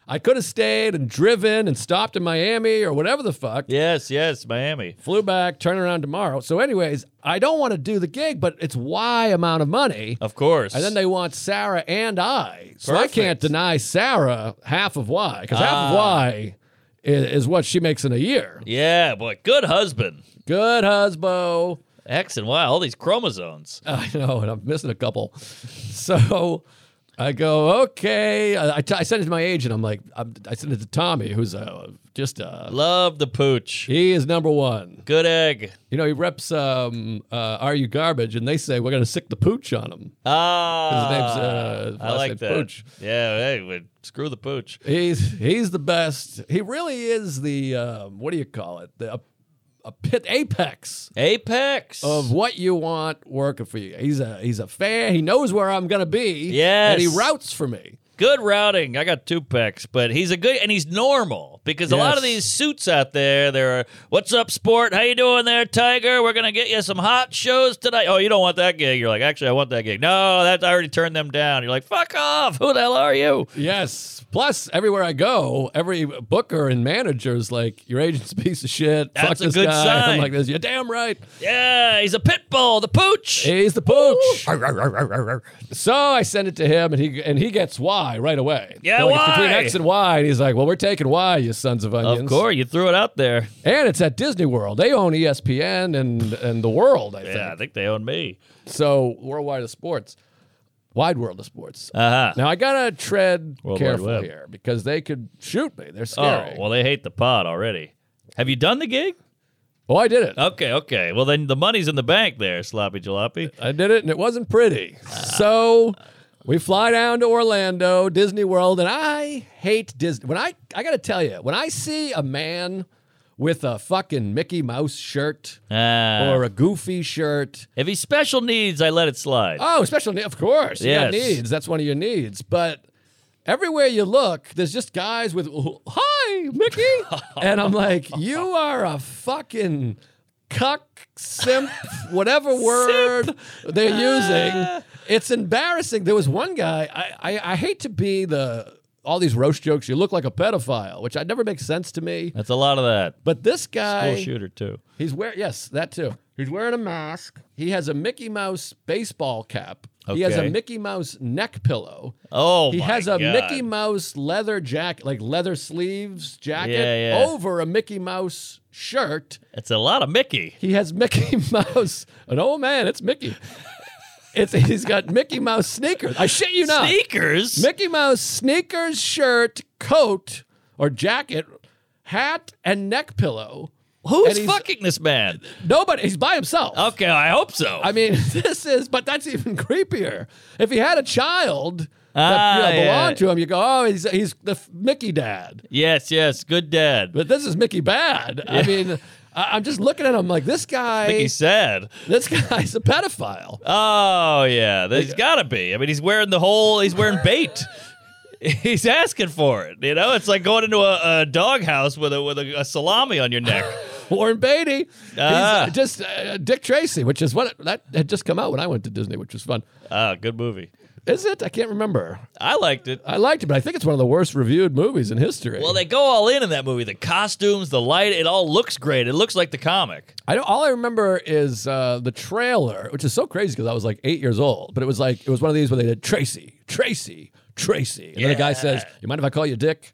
S3: I could have stayed and driven and stopped in Miami or whatever the fuck.
S2: Yes, yes, Miami.
S3: flew back, turning around tomorrow. So, anyways, I don't want to do the gig, but it's Y amount of money.
S2: Of course.
S3: And then they want Sarah and I. So
S2: Perfect.
S3: I can't deny Sarah half of Y because half of Y i- is, what she makes in a year.
S2: Yeah, boy. Good husband.
S3: Good husband.
S2: X and Y, all these chromosomes.
S3: I know, and I'm missing a couple. So I go, okay. I, I, t- I sent it to my agent. I'm like, I'm, I sent it to Tommy, who's uh, just, uh,
S2: Love the pooch.
S3: he is number one.
S2: Good egg.
S3: You know, he reps um, uh, Are You Garbage, and they say, we're going to sick the pooch on him.
S2: Ah,
S3: name's, uh,
S2: I
S3: last
S2: like
S3: name's
S2: that.
S3: Pooch.
S2: Yeah, hey, we- screw the pooch.
S3: He's he's the best. He really is the um, what do you call it? The a, a pit apex
S2: Apex
S3: of what you want working for you. He's a he's a fan. He knows where I'm gonna be.
S2: Yes.
S3: and he routes for me.
S2: Good routing. I got two picks, but he's a good and he's normal because a lot of
S3: Yes.
S2: these suits out there, they're what's up, sport? How you doing there, Tiger? We're gonna get you some hot shows tonight. Oh, you don't want that gig. You're like, actually, I want that gig. No, that I already turned them down. You're like, fuck off. Who the hell are you?
S3: Yes. Plus, everywhere I go, every booker and manager's like, "Your agent's a piece of shit. Fuck
S2: That's a
S3: this
S2: good
S3: guy."
S2: sign.
S3: I'm like, "This, you're damn right.
S2: Yeah, he's a pit bull, the pooch.
S3: He's the pooch." so I send it to him, and he and he gets Y right away.
S2: Yeah,
S3: They're like, It's between
S2: why?
S3: X and Y, and he's like, "Well, we're taking Y, you sons of onions."
S2: Of course, you threw it out there.
S3: And it's at Disney World. They own E ESPN and and the world. I think
S2: Yeah, I think they own me.
S3: so. Worldwide of sports, wide world of sports.
S2: Uh huh.
S3: Now I gotta tread
S2: World Wide
S3: careful
S2: Web.
S3: here because they could shoot me. They're scary.
S2: Oh, well, they hate the pod already. Have you done the gig?
S3: oh, I did it.
S2: Okay, okay. Well, then the money's in the bank there, Sloppy Jalopy.
S3: I did it, and it wasn't pretty. So we fly down to Orlando, Disney World, and I hate Disney. When I I gotta tell you, when I see a man with a fucking Mickey Mouse shirt
S2: Ah.
S3: or a Goofy shirt,
S2: if he's special needs, I let it slide.
S3: oh, special need, of course, you got
S2: Yes.
S3: needs. That's one of your needs, but. Everywhere you look, there's just guys with "Hi, Mickey," and I'm like, "You are a fucking cuck, simp, whatever word they're
S2: Ah.
S3: using. It's embarrassing. There was one guy. I, I I hate to be the all these roast jokes. You look like a pedophile, which I never makes sense to me.
S2: That's a lot of that.
S3: But this
S2: School
S3: guy,
S2: shooter too.
S3: he's wearing yes, that too. He's wearing a mask. He has a Mickey Mouse baseball cap. He has a
S2: Okay.
S3: Mickey Mouse neck pillow.
S2: Oh,
S3: He
S2: my
S3: has a
S2: God.
S3: Mickey Mouse leather jacket, like leather sleeves jacket,
S2: Yeah, yeah.
S3: over a Mickey Mouse shirt.
S2: It's a lot of Mickey.
S3: He has Mickey Mouse. An old man, it's Mickey. It's he's got Mickey Mouse sneakers. I shit you not.
S2: Sneakers.
S3: Mickey Mouse sneakers, shirt, coat or jacket, hat, and neck pillow.
S2: Who's
S3: and he's-
S2: fucking this man?
S3: Nobody. He's by himself.
S2: Okay, I hope so.
S3: I mean, this is, but that's even creepier. If he had a child
S2: Ah,
S3: that you know,
S2: yeah.
S3: belonged to him, you go, oh, he's he's the f- Mickey dad.
S2: yes, yes. Good dad.
S3: But this is Mickey bad. I mean, I, I'm just looking at him like this guy.
S2: Mickey's sad.
S3: this guy's a pedophile.
S2: Oh yeah, there's got to be. I mean, he's wearing the whole. He's wearing bait. he's asking for it. You know, it's like going into a, a doghouse with a with a, a salami on your neck.
S3: Warren Beatty.
S2: Ah.
S3: He's just uh, Dick Tracy, which is what that had just come out when I went to Disney, which was fun.
S2: Ah, good movie.
S3: Is it? I can't remember.
S2: I liked it.
S3: I liked it, but I think it's one of the worst reviewed movies in history.
S2: Well, they go all in in that movie. The costumes, the light, it all looks great. It looks like the comic.
S3: I don't, all I remember is uh, the trailer, which is so crazy because I was like eight years old. But it was like it was one of these where they did Tracy, Tracy, Tracy, and then the guy says, "You mind if I call you Dick?"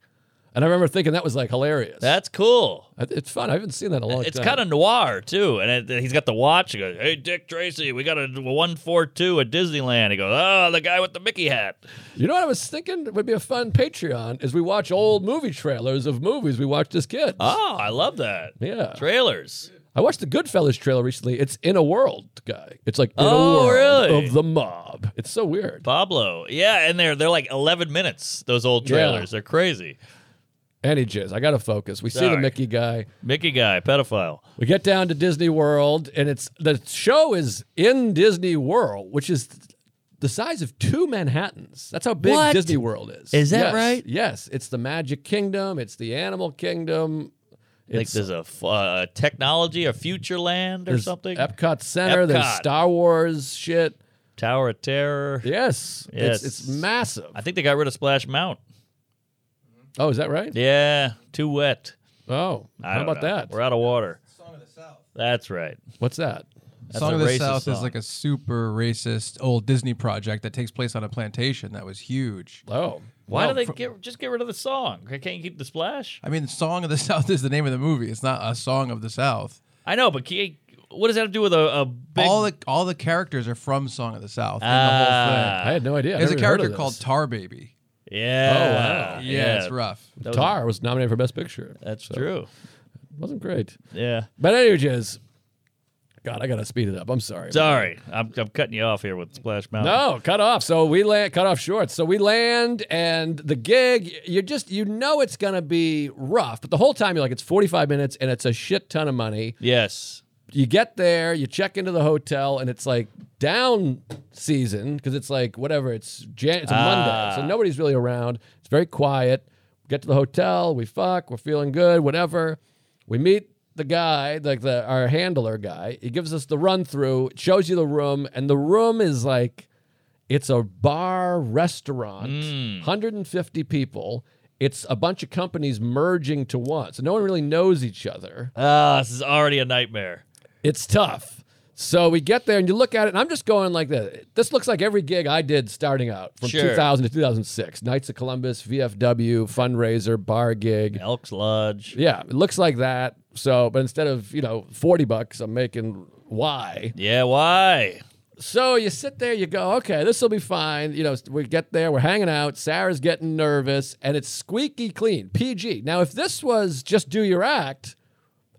S3: And I remember thinking that was like hilarious.
S2: That's cool.
S3: I- it's fun. I haven't seen that in a long
S2: It's
S3: time.
S2: kind of noir too, and it, he's got the watch. He goes, "Hey, Dick Tracy, we got a one four two at Disneyland." He goes, "Oh, the guy with the Mickey hat."
S3: You know what I was thinking would be a fun Patreon is we watch old movie trailers of movies we watched as kids.
S2: Oh, I love that.
S3: Yeah.
S2: trailers.
S3: I watched the Goodfellas trailer recently. It's in a world, guy. It's like in
S2: Oh,
S3: a world
S2: really?
S3: of the mob. It's so weird.
S2: Pablo, yeah, and they're they're like eleven minutes. Those old
S3: Yeah.
S2: trailers, they're crazy.
S3: Any jizz. I got to focus. We see the
S2: Sorry.
S3: Mickey guy.
S2: Mickey guy, pedophile.
S3: We get down to Disney World, and it's the show is in Disney World, which is the size of two Manhattans. That's how big
S2: What?
S3: Disney World is.
S2: Is
S3: Yes,
S2: that right?
S3: Yes. It's the Magic Kingdom. It's the Animal Kingdom.
S2: Like there's a f- uh, technology, a future land or
S3: There's
S2: something.
S3: Epcot Center. There's
S2: Epcot.
S3: Star Wars shit.
S2: Tower of Terror.
S3: Yes.
S2: Yes.
S3: It's, it's massive.
S2: I think they got rid of Splash Mount.
S3: Oh, is that right?
S2: Yeah, too wet.
S3: Oh, how
S2: I don't
S3: about
S2: know.
S3: that?
S2: We're out of water. That's right.
S3: What's that?
S2: That's
S4: Song
S2: a
S4: of the
S2: racist
S4: South is
S2: song.
S4: like a super racist old Disney project that takes place on a plantation that was huge.
S3: Oh,
S2: Why
S4: No,
S2: do they
S4: fr-
S2: get just get rid of the song? Can't you keep the splash?
S4: I mean, Song of the South is the name of the movie. It's not a Song of the South.
S2: I know, but can what does that have to do with a, a big?
S4: all the all the characters are from Song of the South. in the whole
S2: Ah.
S4: thing.
S3: I had no idea. I
S4: There's a
S3: never even heard
S4: character
S3: of
S4: called
S3: this.
S4: Tar Baby.
S2: yeah,
S3: Oh, wow.
S4: Yeah, it's rough.
S2: That was-
S3: Tar was nominated for Best Picture. It
S2: That's true.
S3: wasn't great.
S2: Yeah.
S3: But anyways, God, I gotta speed it up. I'm sorry.
S2: Sorry, I'm, I'm cutting you off here with Splash Mountain.
S3: No, cut off. So we land cut off short. So we land and the gig, you just you know it's gonna be rough, but the whole time you're like, it's 45 minutes and it's a shit ton of money.
S2: Yes.
S3: you get there, you check into the hotel, and it's like down season because it's like whatever. It's Jan- it's a
S2: Ah.
S3: Monday, so nobody's really around. It's very quiet. Get to the hotel, we fuck, we're feeling good, whatever. We meet the guy, like the our handler guy. He gives us the run through, shows you the room, and the room is like it's a bar restaurant, 150 people. It's a bunch of companies merging to one, so no one really knows each other.
S2: Ah, this is already a nightmare.
S3: It's tough. So we get there and you look at it, and I'm just going like this. This looks like every gig I did starting out from
S2: Sure.
S3: 2000 to 2006. Knights of Columbus, VFW, fundraiser, bar gig.
S2: Elks Lodge.
S3: Yeah, it looks like that. So, but instead of, you know, 40 bucks, I'm making Y.
S2: Yeah, why?
S3: So you sit there, you go, okay, this will be fine. You know, we get there, we're hanging out. Sarah's getting nervous, and it's squeaky clean, PG. Now, if this was just do your act,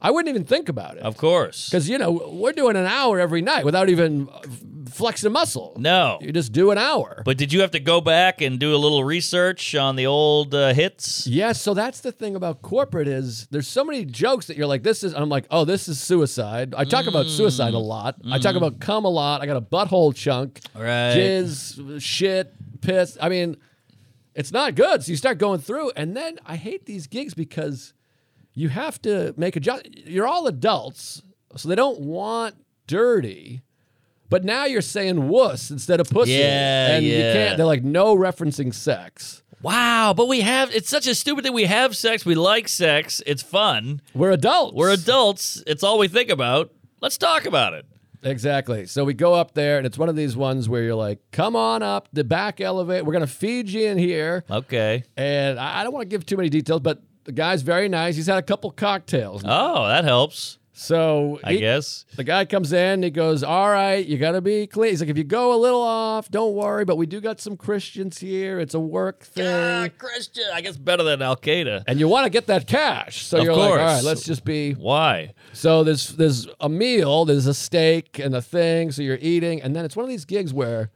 S3: I wouldn't even think about it.
S2: Of course.
S3: Because you know we're doing an hour every night without even uh, f- flexing a muscle.
S2: No.
S3: you just do an hour.
S2: But did you have to go back and do a little research on the old uh, hits?
S3: yeah, so that's the thing about corporate is there's so many jokes that you're like, this is. I'm like, oh, this is suicide. I talk about suicide
S2: Mm.
S3: a lot. I talk about cum a lot. I got a butthole chunk,
S2: Right.
S3: jizz, shit, piss. I mean, it's not good. So you start going through, and then I hate these gigs because you have to make a job. You're all adults, so they don't want dirty. But now you're saying wuss instead of pussy.
S2: Yeah,
S3: and
S2: yeah.
S3: you can't. They're like no referencing sex.
S2: Wow, but we have it's such a stupid thing. We have sex, we like sex, it's fun.
S3: We're adults.
S2: We're adults, it's all we think about. Let's talk about it.
S3: Exactly. So we go up there, and it's one of these ones where you're like, "Come on up the back elevator. We're gonna feed you in here."
S2: Okay.
S3: And I I don't want to give too many details, but the guy's very nice. He's had a couple cocktails,
S2: Oh, that helps,
S3: so
S2: I
S3: he-
S2: guess.
S3: The guy comes in, he goes, All right, you got to be clean. He's like, If you go a little off, don't worry, but we do got some Christians here. It's a work thing.
S2: Ah, Christian, I guess better than Al Qaeda.
S3: And you want to get that cash. So
S2: Of
S3: you're like, All
S2: course.
S3: right, let's just be.
S2: Why?
S3: So there's, there's a meal, there's a steak and a thing. So you're eating. And then it's one of these gigs where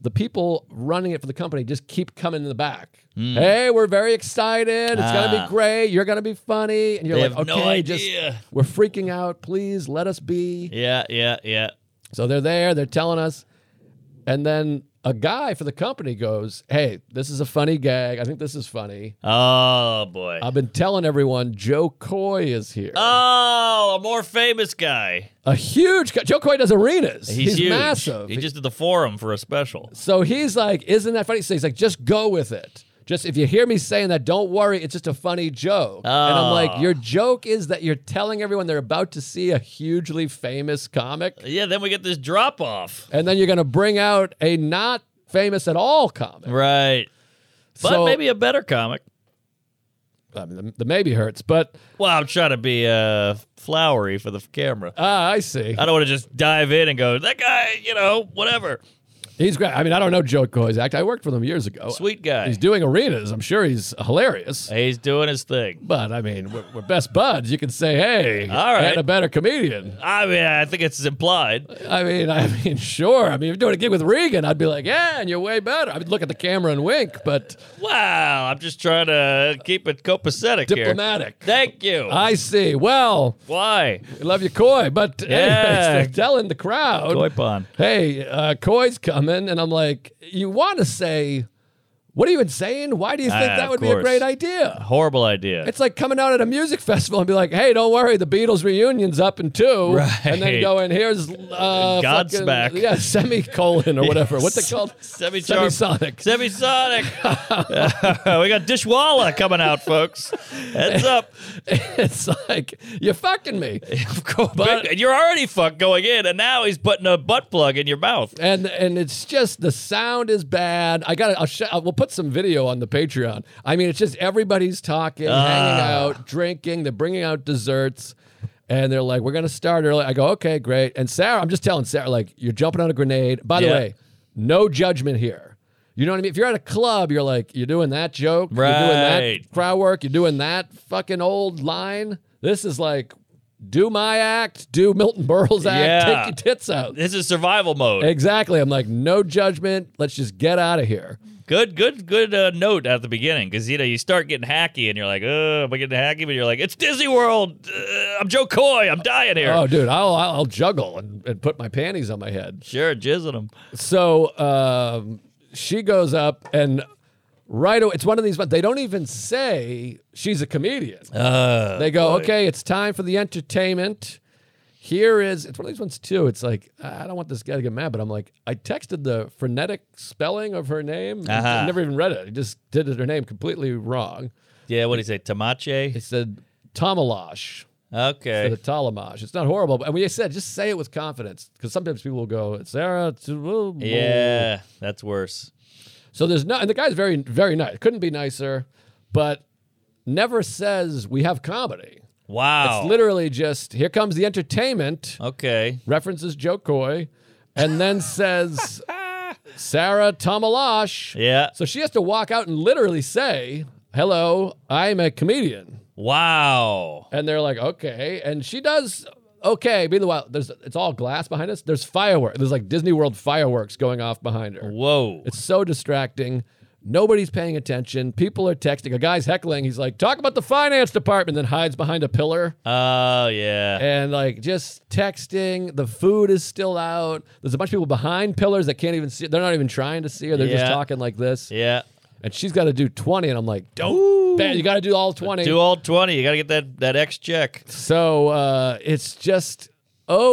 S3: the people running it for the company just keep coming in the back. Hey, we're very excited. It's going to
S2: Hmm. Ah.
S3: be great. You're going to be funny. And you're
S2: They
S3: like,
S2: have
S3: Okay,
S2: no
S3: just.
S2: idea.
S3: We're freaking out. Please let us be.
S2: Yeah, yeah, yeah.
S3: So they're there, they're telling us. And then a guy for the company goes, Hey, this is a funny gag. I think this is funny.
S2: Oh boy.
S3: I've been telling everyone Joe Coy is here.
S2: oh, a more famous guy.
S3: a huge guy. Joe Coy does arenas.
S2: He's,
S3: He's,
S2: huge.
S3: massive.
S2: He just did the forum for a special.
S3: so he's like, Isn't that funny? So he's like, Just go with it. Just if you hear me saying that, don't worry. It's just a funny joke. And I'm
S2: Oh.
S3: like, Your joke is that you're telling everyone they're about to see a hugely famous comic.
S2: Yeah, then we get this drop off.
S3: And then you're going to bring out a not famous at all comic.
S2: Right. But
S3: So-
S2: maybe a better comic.
S3: I mean, the, the maybe hurts, but
S2: Well, I'm trying to be uh, flowery for the f- camera.
S3: ah, I see.
S2: I don't want to just dive in and go, that guy, you know, whatever.
S3: He's great. I mean, I don't know Joe Coy's act. I worked with him years ago.
S2: Sweet guy.
S3: He's doing arenas. I'm sure he's hilarious.
S2: He's doing his thing.
S3: But I mean, we're, we're best buds. You can say, "Hey,
S2: All right.
S3: and a better comedian."
S2: I mean, I think it's implied.
S3: I mean, I mean, sure. I mean, if you're doing a gig with Regan, I'd be like, "Yeah, and you're way better." I would look at the camera and wink, but
S2: Wow, I'm just trying to keep it copacetic here.
S3: diplomatic.
S2: Thank you.
S3: I see. Well,
S2: Why?
S3: I love you, Coy, but
S2: Yeah.
S3: anyways, they're telling the crowd,
S2: Koi pond.
S3: hey, uh, Coy's coming. And I'm like, you want to say, what are you insane? Why do you think
S2: Ah,
S3: that
S2: of
S3: would be
S2: course.
S3: a great idea?
S2: Horrible idea.
S3: It's like coming out at a music festival and be like, hey, don't worry, the Beatles reunion's up in two. And
S2: Right.
S3: then going, here's uh, fucking-
S2: Godsmack.
S3: Yeah, semicolon or whatever. What's it called?
S2: Semi-charm.
S3: Semisonic.
S2: Semisonic. we got Dishwalla coming out, folks. Heads up.
S3: it's like, you're fucking me.
S2: Of course. But you're already fucked going in, and now he's putting a butt plug in your mouth.
S3: and and it's just the sound is bad. I got. I'll sh- we'll put some video on the Patreon. I mean, it's just everybody's talking,
S2: Ah.
S3: hanging out, drinking. They're bringing out desserts, and they're like, "We're gonna start early." I go, "Okay, great." And Sarah, I'm just telling Sarah, like, you're jumping on a grenade. By the
S2: Yeah.
S3: way, no judgment here. You know what I mean? If you're at a club, you're like, you're doing that joke, you're doing
S2: Right.
S3: that crowd work, you're doing that fucking old line. This is like do my act, do Milton Berle's act,
S2: Yeah.
S3: take your tits out.
S2: This is survival mode.
S3: Exactly. I'm like, no judgment. Let's just get out of here.
S2: Good, good, good uh, note at the beginning because you know you start getting hacky and you're like, "Uh, am I getting hacky?" But you're like, "It's Disney World. Uh, I'm Joe Coy. I'm dying here."
S3: Oh, dude, I'll, I'll I'll juggle and, and put my panties on my head.
S2: Sure, jizzing him.
S3: So um, she goes up and right away, it's one of these, but they don't even say she's a comedian.
S2: Uh,
S3: they go, okay, it's time for the entertainment. Here is, it's one of these ones too. It's like, I don't want this guy to get mad, but I'm like, I texted the frenetic spelling of her name. I
S2: Uh-huh.
S3: never even read it. I just did her name completely wrong.
S2: yeah, what do you say, Tamache?
S3: It said Tomalash.
S2: Okay.
S3: for the Talamage. It's not horrible, but and we said just say it with confidence because sometimes people will go Sarah. to-
S2: Yeah, that's worse.
S3: So there's not, and the guy's very very nice. Couldn't be nicer, but never says we have comedy.
S2: Wow.
S3: It's literally just here comes the entertainment.
S2: okay.
S3: References Joe Coy, and then says Sarah Tomalash.
S2: Yeah.
S3: So she has to walk out and literally say, "Hello, I'm a comedian."
S2: Wow.
S3: And they're like, okay. And she does okay. Meanwhile, there's it's all glass behind us. There's fireworks. There's like Disney World fireworks going off behind her.
S2: Whoa.
S3: It's so distracting. Nobody's paying attention. People are texting. A guy's heckling. He's like, talk about the finance department, then hides behind a pillar.
S2: Oh yeah.
S3: And like just texting. The food is still out. There's a bunch of people behind pillars that can't even see. They're not even trying to see her. They're just
S2: Yeah.
S3: talking like this.
S2: Yeah.
S3: And she's got to do 20. And I'm like, don't. Man, you got to do all 20.
S2: Do all twenty. You gotta get that that X check.
S3: So uh, it's just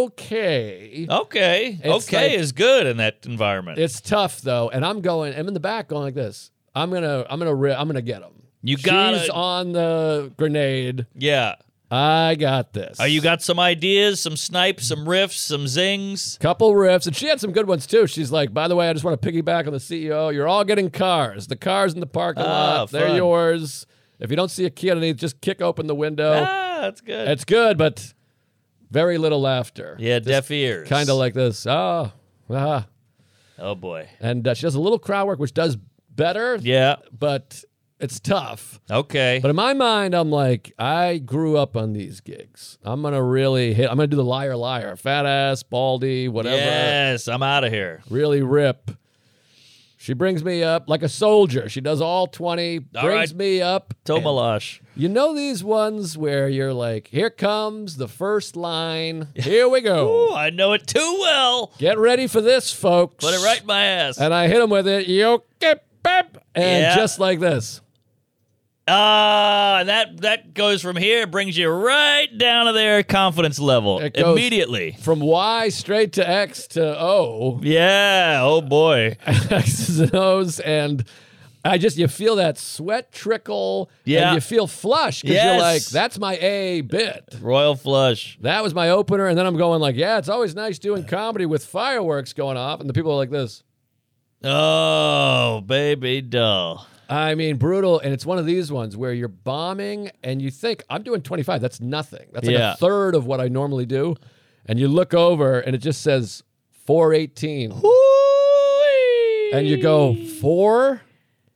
S3: okay.
S2: Okay.
S3: It's
S2: okay
S3: like-
S2: is good in that environment.
S3: It's tough though, and I'm going. I'm in the back going like this. I'm gonna. I'm gonna. Ri- I'm gonna get him.
S2: You gotta-
S3: She's on the grenade.
S2: yeah.
S3: I got this.
S2: Oh, you got some ideas, some snipes, some riffs, some zings.
S3: couple riffs, and she had some good ones too. She's like, by the way, I just want to piggyback on the CEO. You're all getting cars. The cars in the parking
S2: Ah,
S3: lot. They're
S2: fun.
S3: yours. If you don't see a key underneath, just kick open the window.
S2: Ah, that's good.
S3: It's good, but very little laughter.
S2: yeah, deaf ears.
S3: Kind of like this. Ah, ah.
S2: Oh boy.
S3: and uh, she does a little crowd work, which does better.
S2: Yeah.
S3: but it's tough.
S2: Okay.
S3: But in my mind, I'm like, I grew up on these gigs. I'm gonna really hit. I'm gonna do the liar, liar, fat ass, baldy, whatever.
S2: yes, I'm out of here.
S3: Really rip. She brings me up like a soldier. She does all twenty.
S2: All
S3: brings
S2: right.
S3: me up.
S2: Tomalash.
S3: You know these ones where you're like, here comes the first line. Here we
S2: Oh,
S3: go.
S2: I know it too well.
S3: Get ready for this, folks.
S2: Put it right in my ass.
S3: And I hit him with it. Yo, pep, and
S2: Yeah.
S3: just like this.
S2: Ah, that that goes from here, brings you right down to their confidence level
S3: It goes-
S2: immediately.
S3: From Y straight to X to O.
S2: Yeah. Oh boy.
S3: X's and O's, and I just you feel that sweat trickle,
S2: Yeah.
S3: and you feel flush because
S2: Yes.
S3: you're like, that's my A bit.
S2: Royal flush.
S3: That was my opener, and then I'm going like, yeah, it's always nice doing comedy with fireworks going off, and the people are like this.
S2: Oh, baby doll.
S3: I mean, brutal, and it's one of these ones where you're bombing, and you think I'm doing 25. That's nothing. That's like
S2: Yeah.
S3: a third of what I normally do, and you look over, and it just says 418, and you go four.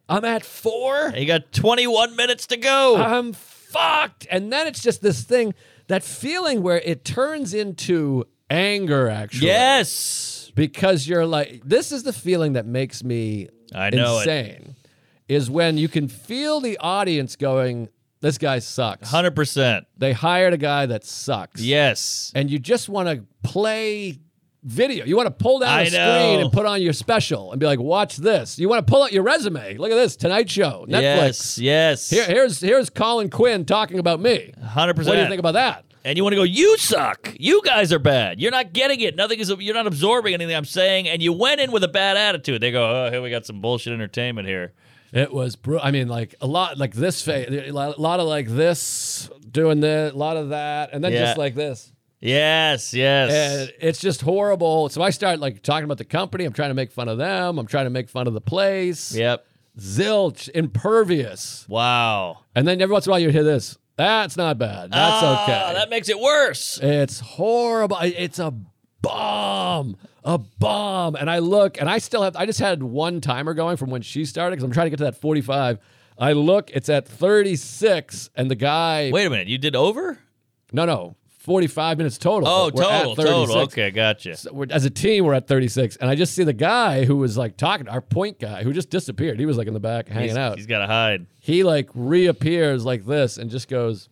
S3: I'm at four.
S2: And you got 21 minutes to go.
S3: I'm fucked. And then it's just this thing, that feeling where it turns into anger, actually.
S2: yes.
S3: Because you're like, this is the feeling that makes me
S2: I know it.
S3: insane. Is when you can feel the audience going, this guy sucks.
S2: 100%.
S3: They hired a guy that sucks.
S2: Yes.
S3: And you just want to play video. You want to pull down
S2: I
S3: a screen
S2: know.
S3: and put on your special and be like, watch this. You want to pull out your resume. Look at this Tonight Show, Netflix.
S2: Yes. Yes.
S3: Here, here's here's Colin Quinn talking about me.
S2: 100%.
S3: What do you think about that?
S2: and you want to go, you suck. You guys are bad. You're not getting it. Nothing is. You're not absorbing anything I'm saying. And you went in with a bad attitude. They go, oh, here we got some bullshit entertainment here.
S3: It was, bru- I mean, like a lot, like this face, a lot lot of like this, doing this, a lot of that, and then
S2: Yeah.
S3: just like this.
S2: Yes. Yes.
S3: And it's just horrible. So I start like talking about the company. I'm trying to make fun of them. I'm trying to make fun of the place.
S2: yep.
S3: Zilch, impervious.
S2: Wow.
S3: And then every once in a while you hear this. That's not bad. That's
S2: Ah,
S3: okay.
S2: That makes it worse.
S3: It's horrible. I- It's a bomb, a bomb. And I look, and I still have. I just had one timer going from when she started because I'm trying to get to that 45. I look, it's at 36, and the guy.
S2: Wait a minute. You did over?
S3: No, no, 45 minutes total.
S2: Oh,
S3: We're at
S2: total, total.
S3: 36.
S2: Okay, gotcha.
S3: So we're, as a team, we're at 36. And I just see the guy who was like talking, our point guy who just disappeared. He was like in the back hanging
S2: He's-
S3: out.
S2: he's got to hide.
S3: He like reappears like this and just goes,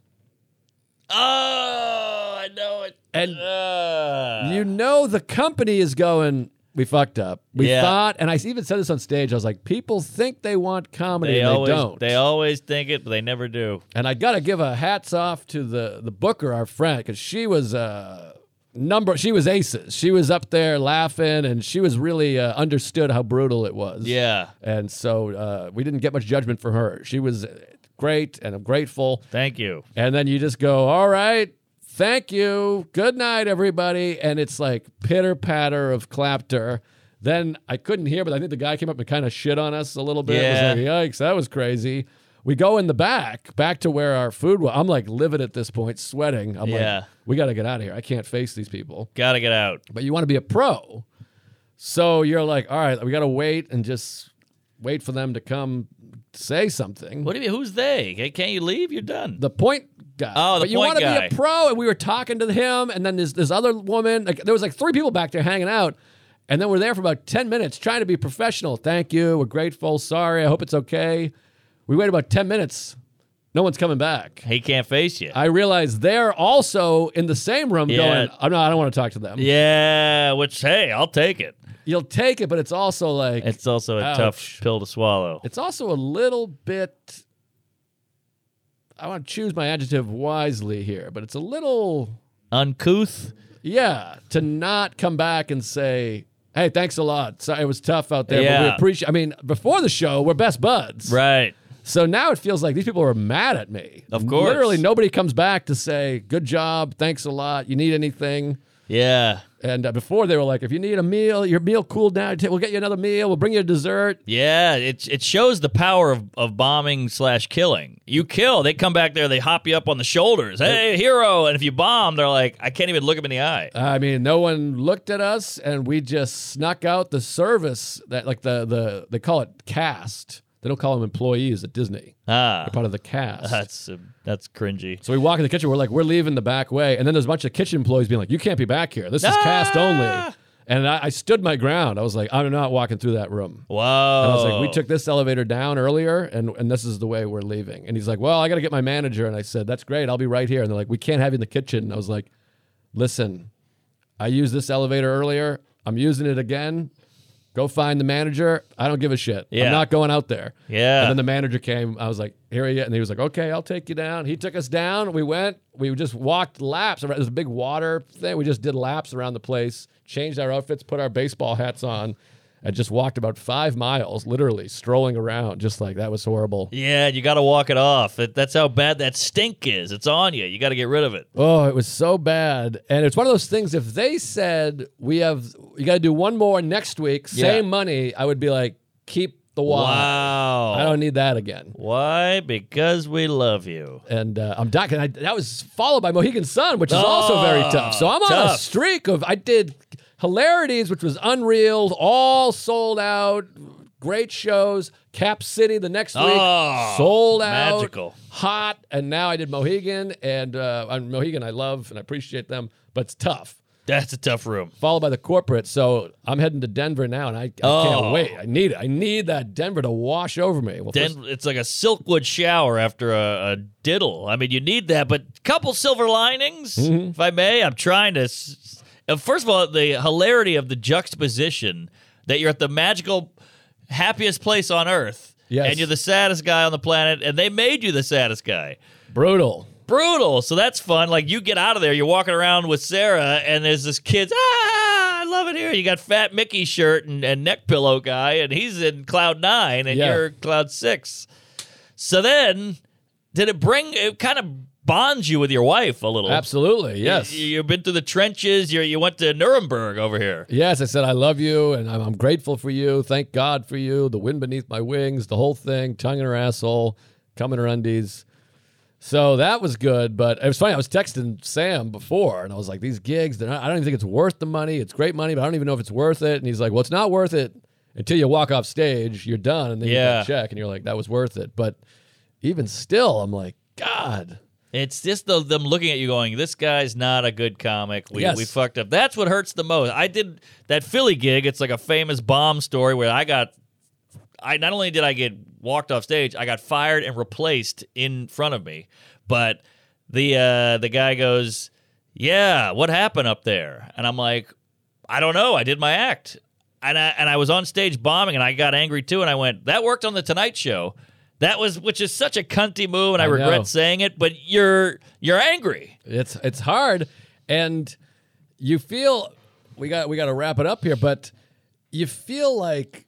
S2: Oh, I know it.
S3: And
S2: Uh,
S3: You know, the company is going, we fucked up. We
S2: Yeah.
S3: thought, and I even said this on stage, I was like, people think they want comedy
S2: they
S3: and they
S2: always
S3: don't.
S2: they always think it, but they never do.
S3: And I gotta give a hats off to the the booker, our friend, because she was uh, number. She was aces. She was up there laughing, and she was really uh, understood how brutal it was.
S2: Yeah.
S3: And so uh, we didn't get much judgment from her. She was uh, great, and I'm grateful.
S2: Thank you.
S3: And then you just go, all right, thank you, good night, everybody. And it's like pitter patter of clapter. Then I couldn't hear, but I think the guy came up and kind of shit on us a little bit. It was
S2: Yeah.
S3: like, yikes, that was crazy. We go in the back, back to where our food was. I'm like livid at this point, sweating. I'm
S2: Yeah.
S3: like, we got to get out of here. I can't face these people
S2: Got to get out.
S3: but you want to be a pro. So you're like, all right, we got to wait and just wait for them to come say something.
S2: What do you? Who's they? Hey, Can't you leave? You're done.
S3: The point guy.
S2: Oh, the
S3: but you
S2: point
S3: want to
S2: guy.
S3: be a pro, and we were talking to him, and then there's this other woman. Like there was like three people back there hanging out, and then we're there for about ten minutes trying to be professional. Thank you. We're grateful. Sorry. I hope it's okay. We wait about ten minutes. No one's coming back.
S2: he can't face you.
S3: I realize they're also in the same room
S2: Yeah.
S3: going, I'm not, I don't want to talk to them.
S2: yeah, which hey, I'll take it.
S3: You'll take it, but it's also like,
S2: It's also a
S3: Ouch.
S2: tough pill to swallow.
S3: It's also a little bit. I want to choose my adjective wisely here, but it's a little,
S2: Uncouth.
S3: yeah, to not come back and say, "Hey, thanks a lot. Sorry, it was tough out there, but we
S2: Yeah.
S3: appreciate." I mean, before the show, we're best buds,
S2: Right.
S3: so now it feels like these people are mad at me.
S2: Of course.
S3: literally nobody comes back to say, "Good job, thanks a lot. You need anything?"
S2: Yeah.
S3: And uh, before they were like, "If you need a meal, your meal cooled down. We'll get you another meal. We'll bring you a dessert."
S2: Yeah, it it shows the power of, of bombing slash killing. You kill, they come back there, they hop you up on the shoulders. Hey, hero! And if you bomb, they're like, I can't even look him in the eye.
S3: I mean, no one looked at us, and we just snuck out the service that, like the the they call it cast. They don't call them employees at Disney.
S2: Ah,
S3: They're part of the cast.
S2: that's uh, that's cringy.
S3: so we walk in the kitchen. We're like, we're leaving the back way, and then there's a bunch of kitchen employees being like, "You can't be back here. This is cast only."
S2: Ah!
S3: And I, I stood my ground. I was like, "I'm not walking through that room."
S2: Wow.
S3: And I was like, "We took this elevator down earlier, and and this is the way we're leaving." And he's like, "Well, I got to get my manager." And I said, "That's great. I'll be right here." And they're like, "We can't have you in the kitchen." And I was like, "Listen, I used this elevator earlier. I'm using it again. Go find the manager. I don't give a shit.
S2: Yeah.
S3: I'm not going out there."
S2: Yeah.
S3: And then the manager came. I was like, "Here he is," and he was like, "Okay, I'll take you down." He took us down. We went. We just walked laps. around- There's a big water thing. We just did laps around the place. Changed our outfits. Put our baseball hats on. And just walked about five miles, literally strolling around, just like that was horrible.
S2: Yeah, you got to walk it off. It, that's how bad that stink is. It's on you. You got to get rid of it.
S3: Oh, it was so bad. And it's one of those things. If they said we have, you got to do one more next week, same money, I would be like, keep the wallet.
S2: Wow.
S3: I don't need that again.
S2: Why? Because we love you.
S3: and uh, I'm doc. And I, that was followed by Mohegan Sun, which is also
S2: Oh,
S3: very tough. So I'm on a
S2: tough.
S3: streak of I did hilarities, which was unreal, all sold out, great shows. Cap City the next week,
S2: Oh,
S3: sold out,
S2: magical.
S3: hot, and now I did Mohegan, and uh, and Mohegan I love and I appreciate them, but it's tough.
S2: That's a tough room.
S3: Followed by the corporate, so I'm heading to Denver now, and I, I
S2: Oh.
S3: can't wait. I need it. I need that Denver to wash over me. Well, first-
S2: Den- it's like a silkwood shower after a, a diddle. I mean, you need that, but couple silver linings,
S3: Mm-hmm.
S2: if I may. I'm trying to. S- uh, first of all, the hilarity of the juxtaposition that you're at the magical, happiest place on earth,
S3: Yes.
S2: and you're the saddest guy on the planet, and they made you the saddest guy.
S3: brutal.
S2: Brutal. So that's fun. Like you get out of there, you're walking around with Sarah, and there's this kid's ah, I love it here. You got Fat Mickey shirt and, and neck pillow guy, and he's in cloud nine, and
S3: Yeah.
S2: you're cloud six. So then, did it bring? It kind of bonds you with your wife a little.
S3: Absolutely, yes.
S2: You, have been through the trenches. You you went to Nuremberg over here.
S3: Yes, I said, I love you and I'm, I'm grateful for you. Thank God for you. The wind beneath my wings, the whole thing, tongue in her asshole, cum in her undies. So that was good. But it was funny. I was texting Sam before and I was like, these gigs, they're not, I don't even think it's worth the money. It's great money, but I don't even know if it's worth it. And he's like, well, it's not worth it until you walk off stage. You're done. And then you
S2: Yeah.
S3: get a check and you're like, that was worth it. But even still, I'm like, God.
S2: It's just the, them looking at you going, this guy's not a good comic. We,
S3: Yes.
S2: we fucked up. That's what hurts the most. I did that Philly gig. It's like a famous bomb story where I got, I not only did I get walked off stage, I got fired and replaced in front of me. But the uh, the guy goes, yeah, what happened up there? And I'm like, I don't know. I did my act. And I, and I was on stage bombing and I got angry too. And I went, that worked on the Tonight Show. That was, which is such a cunty move. And I,
S3: I
S2: regret
S3: know.
S2: saying it, but you're, you're angry.
S3: It's it's hard, and you feel we got we got to wrap it up here, but you feel like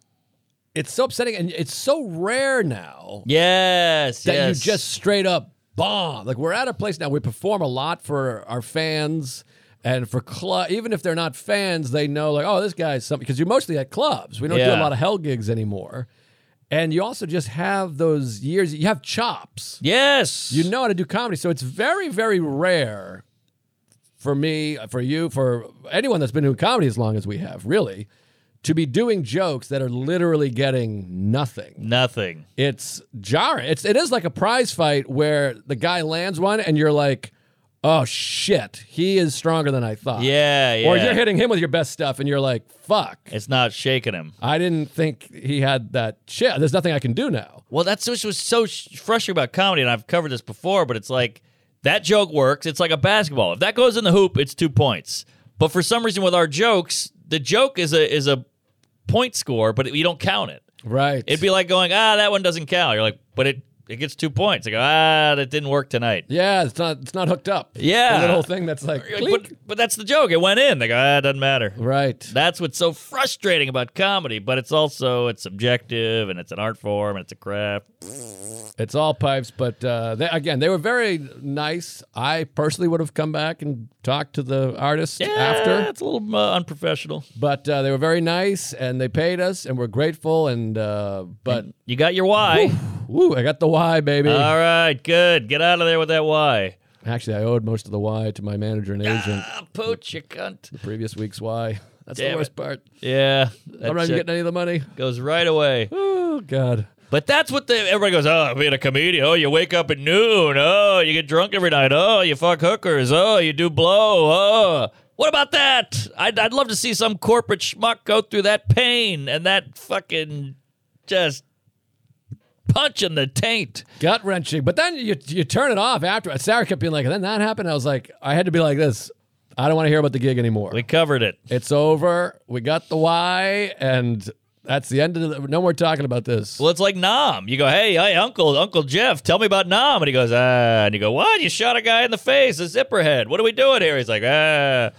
S3: it's so upsetting, and it's so rare now
S2: Yes.
S3: that
S2: yes.
S3: you just straight up bomb. Like we're at a place now. We perform a lot for our fans. And for club, even if they're not fans, they know like, oh, this guy's something. Because you're mostly at clubs. We don't do
S2: Yeah.
S3: a lot of hell gigs anymore. And you also just have those years. You have chops.
S2: yes.
S3: You know how to do comedy, so it's very, very rare for me, for you, for anyone that's been doing comedy as long as we have, really, to be doing jokes that are literally getting nothing.
S2: nothing.
S3: It's jarring. It's it is like a prize fight where the guy lands one and you're like, oh shit, he is stronger than I thought.
S2: Yeah. Yeah.
S3: Or you're hitting him with your best stuff and you're like, fuck.
S2: It's not shaking him.
S3: I didn't think he had that shit. There's nothing I can do now.
S2: Well, that's which was so sh- frustrating about comedy, and I've covered this before, but it's like that joke works. It's like a basketball. If that goes in the hoop, it's two points. But for some reason, with our jokes, the joke is a is a point score, but you don't count it.
S3: Right.
S2: It'd be like going, ah, that one doesn't count. You're like, but it it gets two points. I go, ah, that didn't work tonight.
S3: yeah, it's not it's not hooked up.
S2: Yeah.
S3: The little thing that's like,
S2: You're like,
S3: clink.
S2: but but that's the joke. It went in. They go, ah, it doesn't matter.
S3: Right.
S2: That's what's so frustrating about comedy, but it's also it's subjective and it's an art form and it's a craft.
S3: It's all pipes, but uh, they, again, they were very nice. I personally would have come back and talked to the artist
S2: Yeah,
S3: after,
S2: it's a little uh, unprofessional.
S3: but uh, they were very nice and they paid us, and we're grateful. And uh, but
S2: You got your why.
S3: woo, I got the Y, baby.
S2: All right, good. Get out of there with that why.
S3: Actually, I owed most of the Y to my manager and agent.
S2: Ah, pooch, you cunt.
S3: Previous week's Y. That's
S2: Damn
S3: the worst part.
S2: Yeah, that
S3: I'm not even
S2: check
S3: getting any of the money.
S2: goes right away.
S3: Oh God.
S2: But that's what the everybody goes. Oh, being a comedian. Oh, you wake up at noon. Oh, you get drunk every night. Oh, you fuck hookers. Oh, you do blow. Oh, what about that? I'd I'd love to see some corporate schmuck go through that pain and that fucking just punch in the taint.
S3: gut wrenching. But then you you turn it off after. Sarah kept being like, and then that happened. I was like, I had to be like this. I don't want to hear about the gig anymore.
S2: We covered it.
S3: It's over. We got the why, and that's the end of the. No more talking about this.
S2: Well, it's like Nam. You go, hey, hey, Uncle, Uncle Jeff, tell me about Nam. And he goes, ah. And you go, what? You shot a guy in the face, a zipper head. What are we doing here? He's like, ah.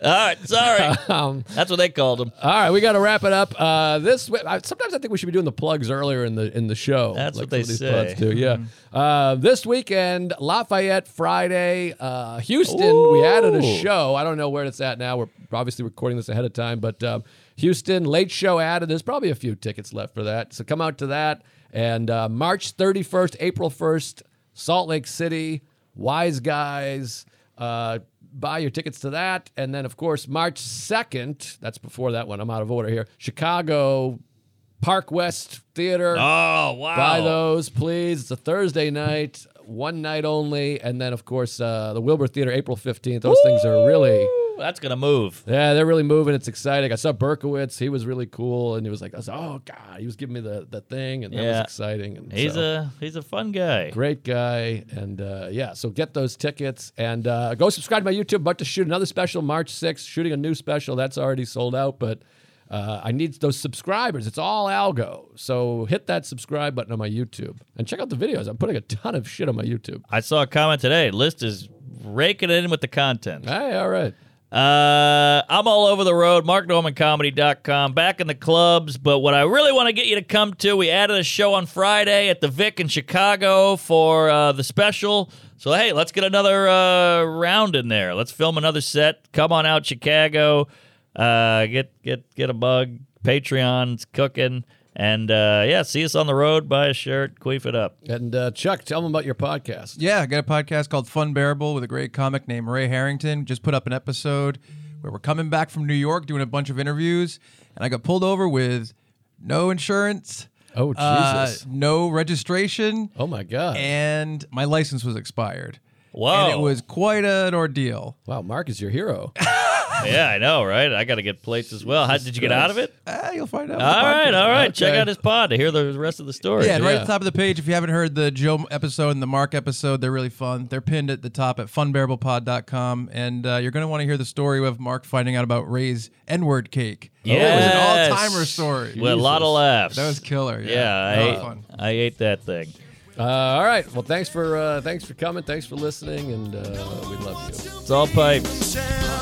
S2: All right, sorry.
S3: Um,
S2: That's what they called him.
S3: all right, we got to wrap it up. Uh, this I, sometimes I think we should be doing the plugs earlier in the in the show.
S2: That's what
S3: some
S2: they
S3: of these
S2: say. Mm-hmm.
S3: pods do. Yeah. Uh, this weekend, Lafayette Friday, uh, Houston. We added a
S2: Ooh.
S3: show. I don't know where it's at now. We're obviously recording this ahead of time, but um, Houston late show added. There's probably a few tickets left for that, so come out to that. And uh, March 31st, April 1st, Salt Lake City, Wise Guys. Uh, buy your tickets to that, and then of course March 2nd. That's before that one. I'm out of order here. Chicago. Park West Theater.
S2: Oh, wow.
S3: Buy those, please. It's a Thursday night, one night only, and then of course uh, the Wilbur Theater, April fifteenth. Those things are really,
S2: Ooh, That's going to move.
S3: yeah, they're really moving. It's exciting. I saw Berkowitz; he was really cool, and he was like, I was, "Oh God," he was giving me the the thing, and that
S2: Yeah.
S3: was exciting. And
S2: He's
S3: so-
S2: a he's a fun guy.
S3: great guy, and uh, yeah, so get those tickets and uh, go subscribe to my YouTube. About to shoot another special March sixth. Shooting a new special that's already sold out, but. Uh, I need those subscribers. It's all algo. So hit that subscribe button on my YouTube and check out the videos. I'm putting a ton of shit on my YouTube.
S2: I saw a comment today. List is raking it in with the content.
S3: Hey, all right.
S2: Uh, I'm all over the road. MarkNormanComedy.com. Back in the clubs. But what I really want to get you to come to, we added a show on Friday at the Vic in Chicago for uh, the special. So, hey, let's get another uh, round in there. Let's film another set. Come on out, Chicago. Uh, get get get a bug. Patreon's cooking. And uh, yeah, see us on the road. Buy a shirt. Queef it up.
S3: And uh, Chuck, tell them about your podcast.
S4: Yeah, I got a podcast called Fun Bearable with a great comic named Ray Harrington. Just put up an episode where we're coming back from New York doing a bunch of interviews, and I got pulled over with no insurance.
S3: Oh Jesus!
S4: Uh, no registration,
S3: oh my God!
S4: and my license was expired.
S2: Whoa.
S4: And it was quite an ordeal.
S3: wow, Mark is your hero.
S2: yeah, I know, right? I got to get plates as well. How did you get out of it?
S4: Ah, you'll find out.
S2: All right, all right. Check
S3: Okay.
S2: out his pod to hear the rest of the story.
S4: Yeah, and right
S3: Yeah.
S4: at the top of the page, if you haven't heard the Joe episode and the Mark episode, they're really fun. They're pinned at the top at funbearablepod.com. And uh, you're going to want to hear the story of Mark finding out about Ray's N word cake.
S2: Yes.
S4: It was an all timer story.
S2: With a lot of laughs.
S4: That was killer. Yeah,
S2: Yeah,
S4: That
S2: I,
S4: was
S2: ate,
S4: fun.
S2: I ate that thing.
S3: Uh, all right. Well, thanks for uh, thanks for coming. Thanks for listening, and uh, we love you.
S2: It's all pipes.
S1: Sound.